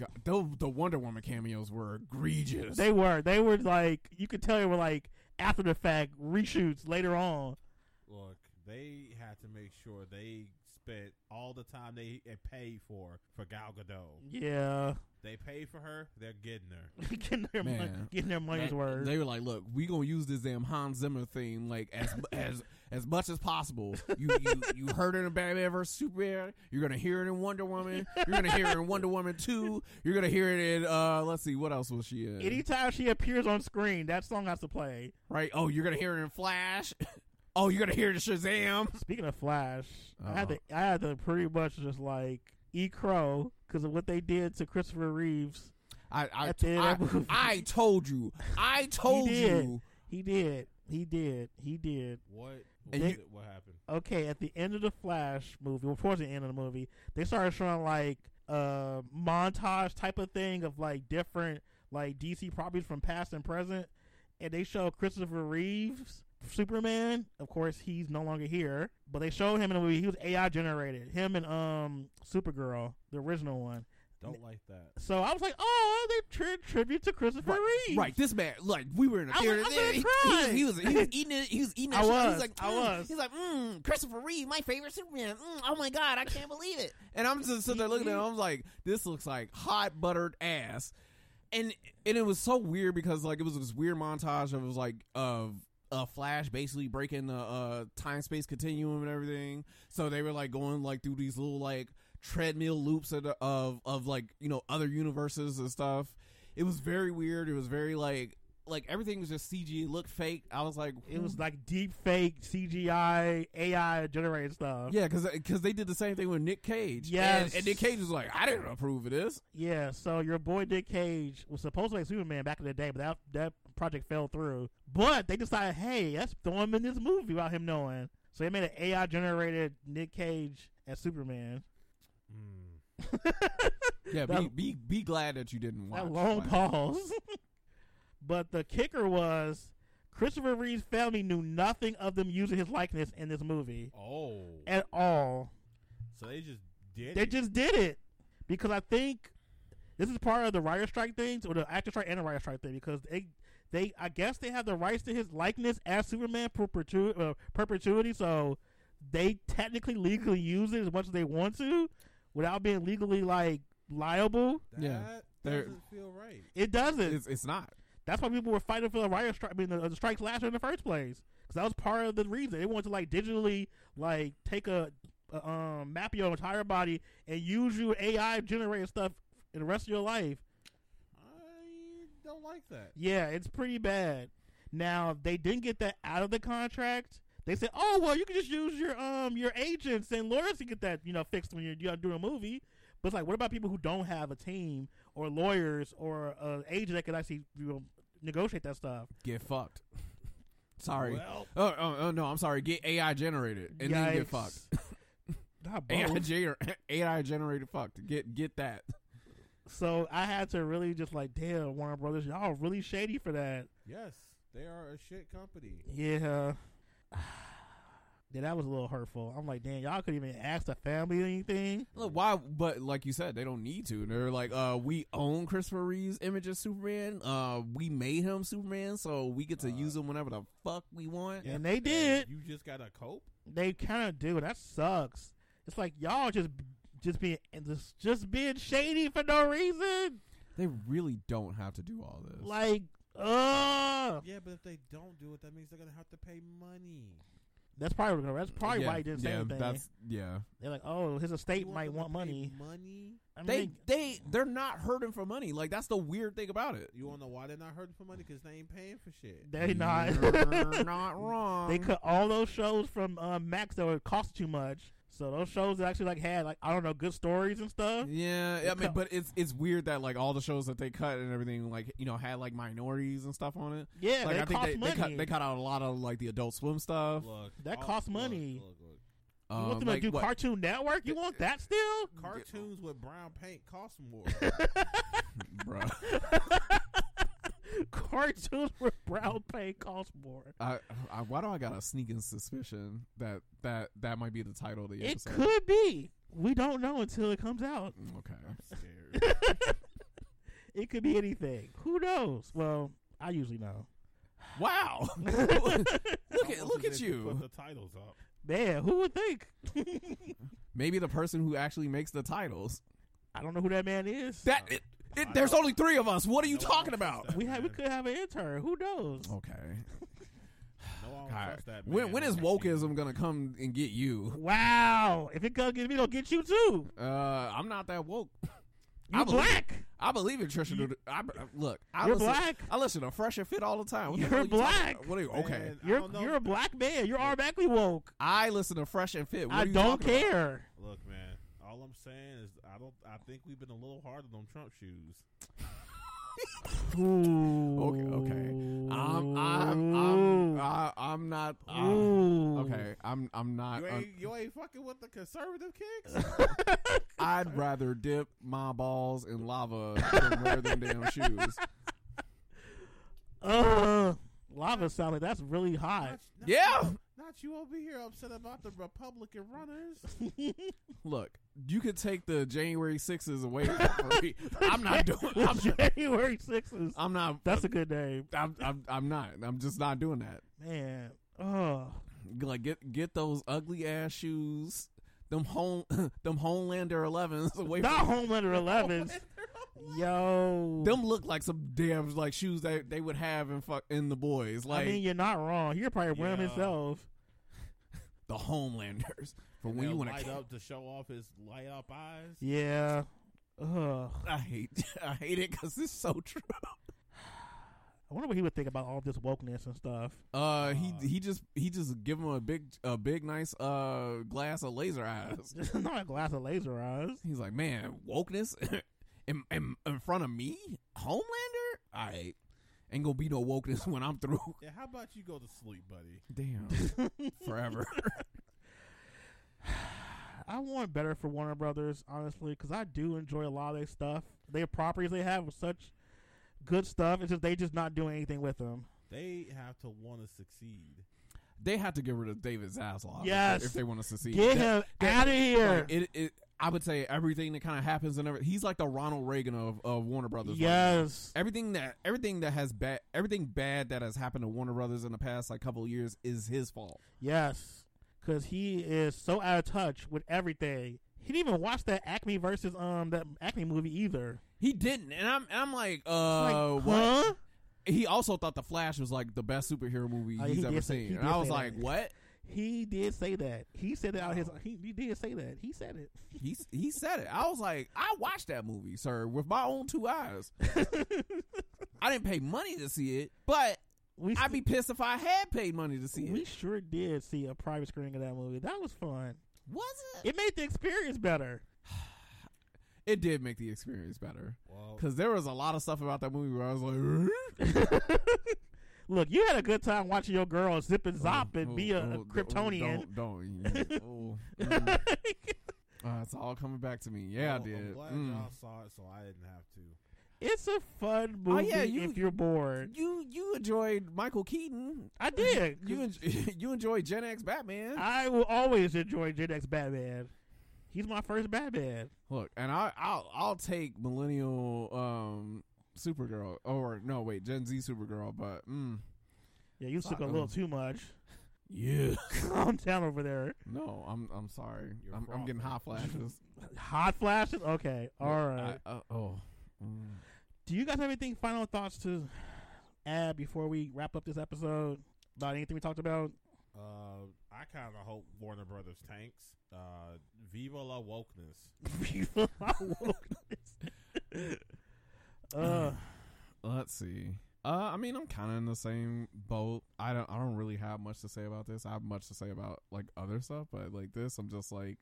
Speaker 3: god, the, the Wonder Woman cameos were egregious.
Speaker 1: they were. They were like you could tell they were like after the fact reshoots later on.
Speaker 2: Look, they had to make sure they spent all the time they had paid for for Gal Gadot.
Speaker 1: Yeah.
Speaker 2: They paid for her; they're getting her.
Speaker 1: getting their money,
Speaker 3: Man.
Speaker 1: getting their money's worth.
Speaker 3: They were like, "Look, we gonna use this damn Hans Zimmer theme like as as as much as possible. You you, you heard it in Batman vs Superman. You're gonna hear it in Wonder Woman. You're gonna hear it in Wonder Woman Two. You're gonna hear it in uh, let's see, what else was she in?
Speaker 1: Anytime she appears on screen, that song has to play.
Speaker 3: Right? Oh, you're gonna hear it in Flash. Oh, you're gonna hear it in Shazam.
Speaker 1: Speaking of Flash, I had
Speaker 3: Uh-huh.
Speaker 1: to, I had to pretty much just like E Crow because of what they did to Christopher Reeves.
Speaker 3: I I,
Speaker 1: At the end of that
Speaker 3: I,
Speaker 1: movie.
Speaker 3: I told you. I told
Speaker 1: did.
Speaker 3: you.
Speaker 1: He did, he did, he did.
Speaker 2: What? What,
Speaker 3: And
Speaker 1: you-
Speaker 2: what happened?
Speaker 1: Okay, at the end of the Flash movie, well, towards the end of the movie, they started showing like uh montage type of thing of like different like DC properties from past and present, and they show Christopher Reeves Superman. Of course, he's no longer here, but they showed him in the movie. He was AI generated. Him and um Supergirl, the original one.
Speaker 2: Don't like that.
Speaker 1: So I was like, oh, they tri- tribute to Christopher Reeves.
Speaker 3: Right, this man, like we were in a
Speaker 1: I was-
Speaker 3: theater.
Speaker 1: I was
Speaker 3: there,
Speaker 1: gonna
Speaker 3: he,
Speaker 1: cry.
Speaker 3: he was, he was he was eating it. He was eating that
Speaker 1: I
Speaker 3: shit. He
Speaker 1: was,
Speaker 3: was like,
Speaker 1: I
Speaker 3: mm.
Speaker 1: was.
Speaker 3: He's like, mm, Christopher Reeve, my favorite Superman. Mm, oh my god, I can't believe it. And I'm just sitting there looking at
Speaker 1: Mm-hmm.
Speaker 3: him. I'm like, this looks like hot buttered ass. And and it was so weird because like it was this weird montage of it was like of. Uh, Flash basically breaking the uh, time space continuum and everything. So they were like going like through these little like treadmill loops of, the- of of like you know other universes and stuff. It was very weird. It was very like like everything was just CG. It looked fake. I was like, hmm.
Speaker 1: It was like deep fake CGI AI generated stuff.
Speaker 3: yeah, because they did the same thing with Nick Cage.
Speaker 1: Yes.
Speaker 3: and, and Nick Cage was like, I didn't approve of this.
Speaker 1: Yeah, so your boy Dick Cage was supposed to make Superman back in the day, but that that project fell through. But they decided, hey, let's throw him in this movie without him knowing. So they made an AI generated Nick Cage as Superman.
Speaker 2: Mm.
Speaker 3: Yeah, be,
Speaker 1: That-
Speaker 3: be be glad that you didn't watch
Speaker 1: that long
Speaker 3: Flash.
Speaker 1: pause. but the kicker was Christopher Reeve's family knew nothing of them using his likeness in this movie
Speaker 2: Oh,
Speaker 1: at all.
Speaker 2: so they just did.
Speaker 1: They
Speaker 2: it.
Speaker 1: just did it because I think this is part of the writer strike thing, or the actor strike and the writer strike thing, because they, they, I guess they have the rights to his likeness as Superman perpetu- uh, perpetuity, so they technically legally use it as much as they want to without being legally like liable.
Speaker 2: That
Speaker 3: Yeah, they're-
Speaker 2: doesn't feel right.
Speaker 1: It doesn't.
Speaker 3: It's, it's not.
Speaker 1: That's why people were fighting for the writer strike, I mean, the, the strikes last year in the first place, because that was part of the reason they wanted to like digitally like take a, a um, map your entire body and use your AI generated stuff in the rest of your life.
Speaker 2: I don't like that.
Speaker 1: Yeah, it's pretty bad. Now they didn't get that out of the contract. They said, "Oh well, you can just use your um your agents and lawyers to get that you know fixed when you're, you're doing a movie." But it's like, what about people who don't have a team or lawyers or an agent that can actually you know, negotiate that stuff?
Speaker 3: Get fucked. Sorry.
Speaker 2: Well,
Speaker 3: Oh, oh, oh, no, I'm sorry. Get AI generated and then
Speaker 1: Yikes.
Speaker 3: get fucked.
Speaker 1: Not both.
Speaker 3: AI, gener- AI generated fucked. Get get that.
Speaker 1: So I had to really just like, damn, Warner Brothers, y'all really shady for that.
Speaker 2: yes, they are a shit company.
Speaker 1: Yeah. yeah, that was a little hurtful. I'm like, damn, y'all couldn't even ask the family anything.
Speaker 3: Look, why? But like you said, they don't need to. They're like, uh, we own Christopher Reeve's image of Superman. Uh, we made him Superman, so we get to
Speaker 2: Uh,
Speaker 3: use him whenever the fuck we want.
Speaker 1: And they did.
Speaker 2: You just gotta cope.
Speaker 1: They kind of do. That sucks. It's like y'all just just being and just just being shady for no reason.
Speaker 3: They really don't have to do all this.
Speaker 1: Like, uh
Speaker 2: Yeah, but if they don't do it, that means they're gonna have to pay money.
Speaker 1: That's probably that's probably why he didn't say
Speaker 3: yeah,
Speaker 1: anything.
Speaker 3: That's yeah.
Speaker 1: They're like, oh, his estate might want money.
Speaker 2: Money.
Speaker 1: I mean,
Speaker 3: They they they're not hurting for money. Like that's the weird thing about it.
Speaker 2: You wanna know why they're not hurting for money? Because they ain't paying for shit.
Speaker 1: they, are not.
Speaker 3: You're not wrong.
Speaker 1: they cut all those shows from uh, Max that would cost too much. So those shows that actually like had like I don't know good stories and stuff.
Speaker 3: Yeah, I mean,
Speaker 1: cut-
Speaker 3: but it's it's weird that like all the shows that they cut and everything like you know had like minorities and stuff on it.
Speaker 1: Yeah,
Speaker 3: like
Speaker 1: they
Speaker 3: I think
Speaker 1: cost
Speaker 3: they,
Speaker 1: money.
Speaker 3: they cut they cut out a lot of like the Adult Swim stuff.
Speaker 2: Look,
Speaker 1: That
Speaker 2: all-
Speaker 1: costs
Speaker 2: look,
Speaker 1: money.
Speaker 2: look, look.
Speaker 1: you
Speaker 3: Um,
Speaker 1: want them
Speaker 3: like,
Speaker 1: to do
Speaker 3: what-
Speaker 1: Cartoon Network? You want that still?
Speaker 2: Cartoons with brown paint cost more.
Speaker 3: Bruh.
Speaker 1: Cartoons for brown paint cost more.
Speaker 3: I, I, why do I got a sneaking suspicion that that that might be the title of the
Speaker 1: It
Speaker 3: episode? Mm,
Speaker 1: could be. We don't know until it comes out.
Speaker 3: Okay.
Speaker 2: Scared.
Speaker 1: It could be anything. Who knows? Well, I usually know.
Speaker 3: Wow. look
Speaker 2: Almost
Speaker 3: at look
Speaker 2: as
Speaker 3: at
Speaker 2: if you Put
Speaker 3: you.
Speaker 2: the titles up.
Speaker 1: Man, who would think?
Speaker 3: Maybe the person who actually makes the titles.
Speaker 1: I don't know who that man is.
Speaker 3: That it, it, there's only three of us. What are you
Speaker 2: No one
Speaker 3: talking
Speaker 2: else
Speaker 3: about?
Speaker 2: does that,
Speaker 1: we have we
Speaker 2: man.
Speaker 1: could have an intern. Who knows?
Speaker 3: Okay.
Speaker 2: No
Speaker 1: Oh,
Speaker 2: one
Speaker 3: All
Speaker 2: trusts
Speaker 3: right.
Speaker 2: that.
Speaker 3: When
Speaker 2: man
Speaker 3: when is
Speaker 2: like you.
Speaker 3: wokeism gonna come and get you?
Speaker 1: Wow! If it comes get me, it'll get you too.
Speaker 3: Uh, I'm not that woke.
Speaker 1: You
Speaker 3: I believe-
Speaker 1: black.
Speaker 3: I believe in Trisha. Newton- I, I- look, I
Speaker 1: You're
Speaker 3: listen,
Speaker 1: black.
Speaker 3: I listen to Fresh and Fit all the time. What the
Speaker 1: You're
Speaker 3: hell you talking
Speaker 1: black.
Speaker 3: about? What are you? Okay.
Speaker 2: Man, I
Speaker 1: You're
Speaker 2: don't know.
Speaker 1: you're a black man. You're automatically woke.
Speaker 3: I listen to Fresh and Fit. What
Speaker 1: I
Speaker 3: are you
Speaker 1: don't
Speaker 3: talking about?
Speaker 1: care.
Speaker 2: Look, man. All I'm saying is, I don't. I think we've been a little hard on them Trump shoes.
Speaker 1: Ooh.
Speaker 3: Okay, okay. Um, I'm I'm I'm I, I'm not. I'm,
Speaker 1: Ooh.
Speaker 3: uh, okay, I'm I'm not.
Speaker 2: You
Speaker 3: un-
Speaker 2: ain't, you ain't fucking with the conservative kicks.
Speaker 3: I'd rather dip my balls in lava than wear them damn shoes.
Speaker 1: Uh, lava sound like that's really hot.
Speaker 2: Not- not-
Speaker 3: Yeah.
Speaker 2: Not you over here upset about the Republican runners.
Speaker 3: Look, you could take the January sixes away from me. I'm not doing. I'm,
Speaker 1: January 6th is,
Speaker 3: I'm not.
Speaker 1: that's a good name.
Speaker 3: I'm, I'm I'm not. I'm just not doing that.
Speaker 1: Man. Oh.
Speaker 3: Like get get those ugly ass shoes. Them home them Homelander 11s away
Speaker 1: Not
Speaker 3: from me.
Speaker 1: Homelander 11s. Yo.
Speaker 3: them look like some damn like shoes that they would have in fuck in the boys like
Speaker 1: I mean, you're not wrong. You're probably wearing
Speaker 2: Yeah.
Speaker 1: himself.
Speaker 3: the Homelanders for
Speaker 2: And
Speaker 3: when you
Speaker 2: they'll
Speaker 3: want
Speaker 2: light
Speaker 3: to
Speaker 2: up to show off his light up eyes.
Speaker 1: Yeah. Ugh.
Speaker 3: I hate I hate it because it's so true.
Speaker 1: I wonder what he would think about all this wokeness and stuff.
Speaker 3: Uh, he
Speaker 2: God.
Speaker 3: he just he just give him a big a big nice uh glass of laser eyes.
Speaker 1: not a glass of laser eyes.
Speaker 3: He's like, man, wokeness in, in in front of me, Homelander. I ain't gonna be no wokeness when I'm through.
Speaker 2: Yeah, how about you go to sleep, buddy?
Speaker 3: Damn, forever.
Speaker 1: I want better for Warner Brothers, honestly, because I do enjoy a lot of their stuff. Their properties they have are such good stuff. It's just they just not doing anything with them.
Speaker 2: They have to want to succeed.
Speaker 3: they have to get rid of David Zaslav. if they-
Speaker 1: Yes.
Speaker 3: if they, want to succeed.
Speaker 1: Get
Speaker 3: That-
Speaker 1: him
Speaker 3: that-
Speaker 1: out of here.
Speaker 3: like, it, it, I would say everything that kind of happens and everything. He's like the Ronald Reagan of, of Warner Brothers. right now.
Speaker 1: yes.
Speaker 3: everything that everything that has bad everything bad that has happened to Warner Brothers in the past like couple of years is his fault.
Speaker 1: Yes. Because he is so out of touch with everything. He didn't even watch that Acme versus um that Acme movie either.
Speaker 3: He didn't, and I'm and I'm like,
Speaker 1: Like,
Speaker 3: uh, what?
Speaker 1: huh?
Speaker 3: He also thought the Flash was like the best superhero movie
Speaker 1: Oh,
Speaker 3: he's
Speaker 1: he
Speaker 3: ever
Speaker 1: did say-
Speaker 3: seen,
Speaker 1: he
Speaker 3: and
Speaker 1: did
Speaker 3: I was
Speaker 1: say
Speaker 3: like,
Speaker 1: that.
Speaker 3: what?
Speaker 1: He did say that. He said that out his. He, he did say that. He said it.
Speaker 3: He s- he said it. I was like, I watched that movie, sir, with my own two eyes. I didn't pay money to see it, but
Speaker 1: We
Speaker 3: I'd be pissed if I had paid money to see
Speaker 1: we
Speaker 3: it.
Speaker 1: sure did see a private screening of that movie. That was fun.
Speaker 3: Was it?
Speaker 1: It made the experience better.
Speaker 3: It did make the experience better
Speaker 2: Well,
Speaker 3: because there was a lot of stuff about that movie where I was like.
Speaker 1: Look, you had a good time watching your girl zip and zop and
Speaker 3: Oh,
Speaker 1: be a,
Speaker 3: oh,
Speaker 1: a
Speaker 3: oh,
Speaker 1: Kryptonian.
Speaker 3: don't, don't. you- oh, mm. Ah, it's all coming back to me.
Speaker 1: Oh,
Speaker 3: Yeah, I
Speaker 2: well, I'm
Speaker 3: did.
Speaker 2: glad
Speaker 3: Mm.
Speaker 2: y'all saw it, so I didn't have to.
Speaker 1: it's a fun movie
Speaker 3: Oh, yeah, you-
Speaker 1: if you're bored.
Speaker 3: You you enjoyed Michael Keaton.
Speaker 1: I did.
Speaker 3: You en- you enjoyed Gen X Batman.
Speaker 1: I will always enjoy Gen X Batman. He's my first Batman.
Speaker 3: Look, and I I'll, I'll take millennial um Supergirl or no wait Gen Z Supergirl, but mm,
Speaker 1: Yeah, you took a
Speaker 3: Fuck,
Speaker 1: little
Speaker 3: um,
Speaker 1: too much.
Speaker 3: yeah.
Speaker 1: Calm down over there.
Speaker 3: No, I'm I'm sorry.
Speaker 2: You're
Speaker 3: I'm, I'm getting hot flashes.
Speaker 1: Hot flashes? Okay, all right.
Speaker 3: I- uh, oh. Mm.
Speaker 1: Do you guys have anything final thoughts to add before we wrap up this episode about anything we talked about?
Speaker 2: Uh, I kind of hope Warner Brothers tanks. Uh, Viva la wokeness.
Speaker 1: People I woke this. uh,
Speaker 3: Let's see. Uh, I mean, I'm kind of in the same boat. I don't. I don't really have much to say about this. I have much to say about like other stuff, but like this, I'm just like,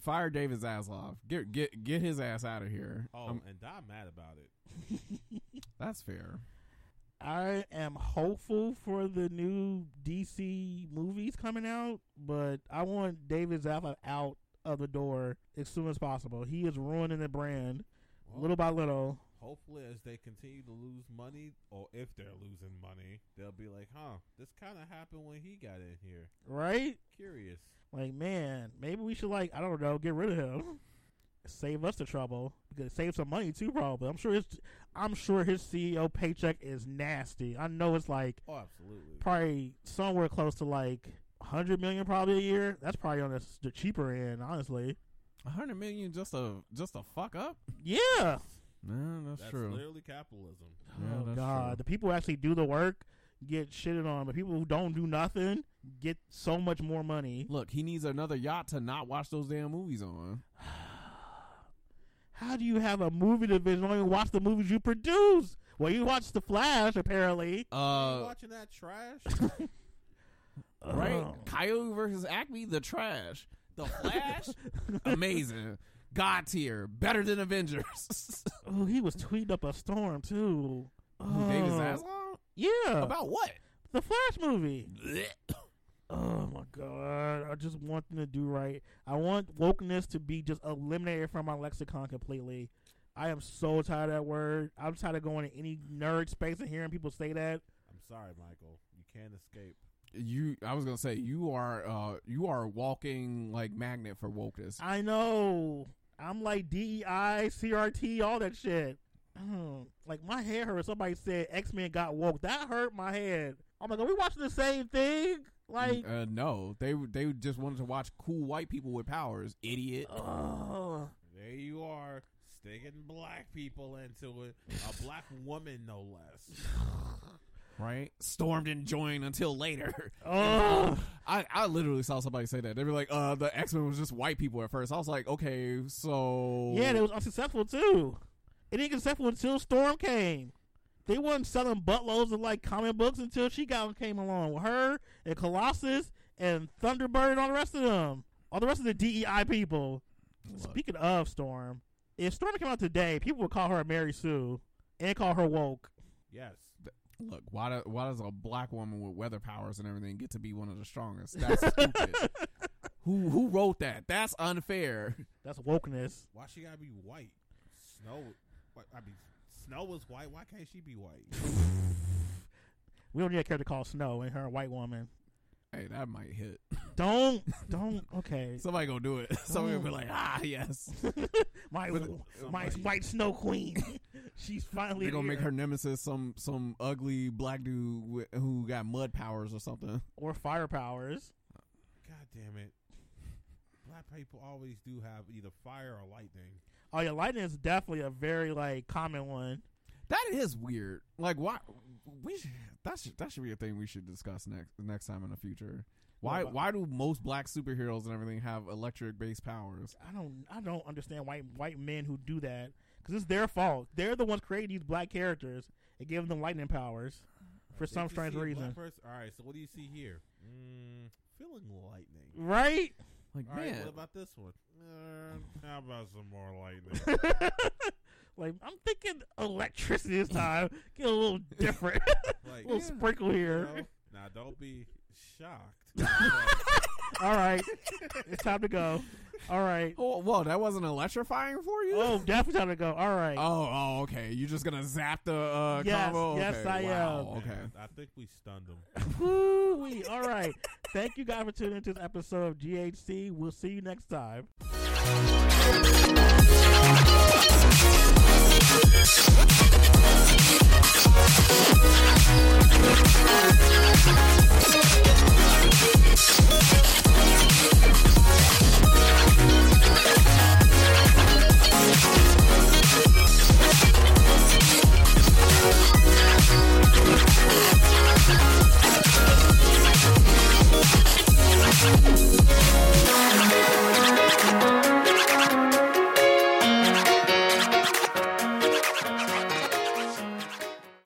Speaker 3: fire David Zaslav. Get get get his ass out of here.
Speaker 2: Oh,
Speaker 3: Um,
Speaker 2: and I'm mad about it.
Speaker 3: that's fair.
Speaker 1: I am hopeful for the new DC movies coming out, but I want David Zaslav out of the door as soon as possible. He is ruining the brand
Speaker 2: Well,
Speaker 1: little by little.
Speaker 2: hopefully, as they continue to lose money, or if they're losing money, they'll be like, "Huh, this kind of happened when he got in here."
Speaker 1: Right?
Speaker 2: Curious.
Speaker 1: Like, man, maybe we should like I don't know, get rid of him. Save us the trouble. Because save some money too, probably. I'm sure his I'm sure his CEO paycheck is nasty. I know it's like
Speaker 2: Oh, absolutely.
Speaker 1: probably somewhere close to like hundred million probably a year. That's probably on the, s- the cheaper end, honestly.
Speaker 3: A hundred million just a just a fuck up.
Speaker 1: Yeah.
Speaker 3: Man, that's,
Speaker 2: That's
Speaker 3: true.
Speaker 2: literally capitalism.
Speaker 3: Yeah,
Speaker 1: oh
Speaker 3: that's
Speaker 1: God,
Speaker 3: true.
Speaker 1: the people who actually do the work get shitted on, but people who don't do nothing get so much more money.
Speaker 3: Look, he needs another yacht to not watch those damn movies on.
Speaker 1: How do you have a movie division? Don't even watch the movies you produce. Well, you watch The Flash, apparently.
Speaker 2: You
Speaker 3: Uh,
Speaker 2: watching that trash?
Speaker 3: right?
Speaker 1: Oh.
Speaker 3: Coyote versus Acme, the trash. The Flash, amazing. God tier, better than Avengers.
Speaker 1: Oh, he was tweeting up a storm too. Oh.
Speaker 3: David Zaslav?
Speaker 1: Yeah,
Speaker 3: About what?
Speaker 1: the Flash movie.
Speaker 3: Blech.
Speaker 1: Oh my god, I just want them to do right. I want wokeness to be just eliminated from my lexicon completely. I am so tired of that word. I'm tired of going to any nerd space and hearing people say that.
Speaker 2: I'm sorry, Michael. You can't escape.
Speaker 3: You, I was gonna say you are, uh, you are a walking like magnet for wokeness.
Speaker 1: I know. I'm like E DEI, CRT, all that shit. Mm, like my head hurt. Somebody said X Men got woke. That hurt my head. I'm like, are we watching the same thing? Like,
Speaker 3: uh, no, they they just wanted to watch cool white people with powers, idiot.
Speaker 1: oh,
Speaker 2: There you are, sticking black people into it. A black woman, no less.
Speaker 3: Right? Storm didn't join until later.
Speaker 1: oh,
Speaker 3: I, I literally saw somebody say that. They were like, uh, the X Men was just white people at first. I was like, okay, so.
Speaker 1: yeah. It was unsuccessful too. It didn't get successful until Storm came. They wasn't selling buttloads of like comic books until she got came along with her and Colossus and Thunderbird and all the rest of them. All the rest of the DEI people.
Speaker 3: Look,
Speaker 1: Speaking of Storm, if Storm came out today, people would call her Mary Sue and call her woke.
Speaker 2: Yes.
Speaker 3: look, why, do, why does a black woman with weather powers and everything get to be one of the strongest? That's stupid. who, who wrote that? That's unfair.
Speaker 1: That's wokeness.
Speaker 2: Why she gotta be white? Snow. what- I mean, Snow was white. Why can't she be white?
Speaker 1: We don't need a character called Snow and her a white woman.
Speaker 3: Hey, that might hit.
Speaker 1: Don't, don't. Okay,
Speaker 3: Somebody gonna do it. Somebody gonna be like, ah, yes.
Speaker 1: my my
Speaker 2: somebody-
Speaker 1: white Snow Queen. She's finally
Speaker 3: They're oh gonna make
Speaker 1: here.
Speaker 3: her nemesis some some ugly black dude wi- who got mud powers or something.
Speaker 1: or fire powers.
Speaker 2: God damn it. Black people always do have either fire or lightning.
Speaker 1: Oh yeah, lightning is definitely a very like common one.
Speaker 3: That is weird. Like, why? We should, that should that should be a thing we should discuss next next time in the future. Why
Speaker 1: What about-
Speaker 3: why do most black superheroes and everything have electric based powers?
Speaker 1: I don't, I don't understand white white men who do that because it's their fault. They're the ones creating these black characters and giving them lightning powers for
Speaker 2: Did
Speaker 1: some
Speaker 2: you
Speaker 1: strange
Speaker 2: see a black
Speaker 1: reason,
Speaker 2: person- All right. So what do you see here? Mm, feeling lightning.
Speaker 1: right?
Speaker 3: Like,
Speaker 2: All right.
Speaker 3: man,
Speaker 2: What about this one? Uh, how about some more lightning?
Speaker 1: like I'm thinking electricity this time. Get a little different,
Speaker 2: Like,
Speaker 1: a little sprinkle
Speaker 2: you
Speaker 1: here.
Speaker 2: know? now don't be shocked. But-
Speaker 1: All right, it's time to go. All right.
Speaker 3: oh, whoa, that wasn't electrifying for you.
Speaker 1: Oh, definitely time to go. All right.
Speaker 2: Um.
Speaker 3: Oh, oh, okay. You're just gonna zap the uh,
Speaker 1: Yes,
Speaker 3: combo.
Speaker 1: yes,
Speaker 3: Okay,
Speaker 1: I
Speaker 3: wow,
Speaker 1: am.
Speaker 3: Oh, Okay.
Speaker 2: Man, I think we stunned them.
Speaker 1: Woo-wee. All right. Thank you guys for tuning into this episode of GHC. We'll see you next time.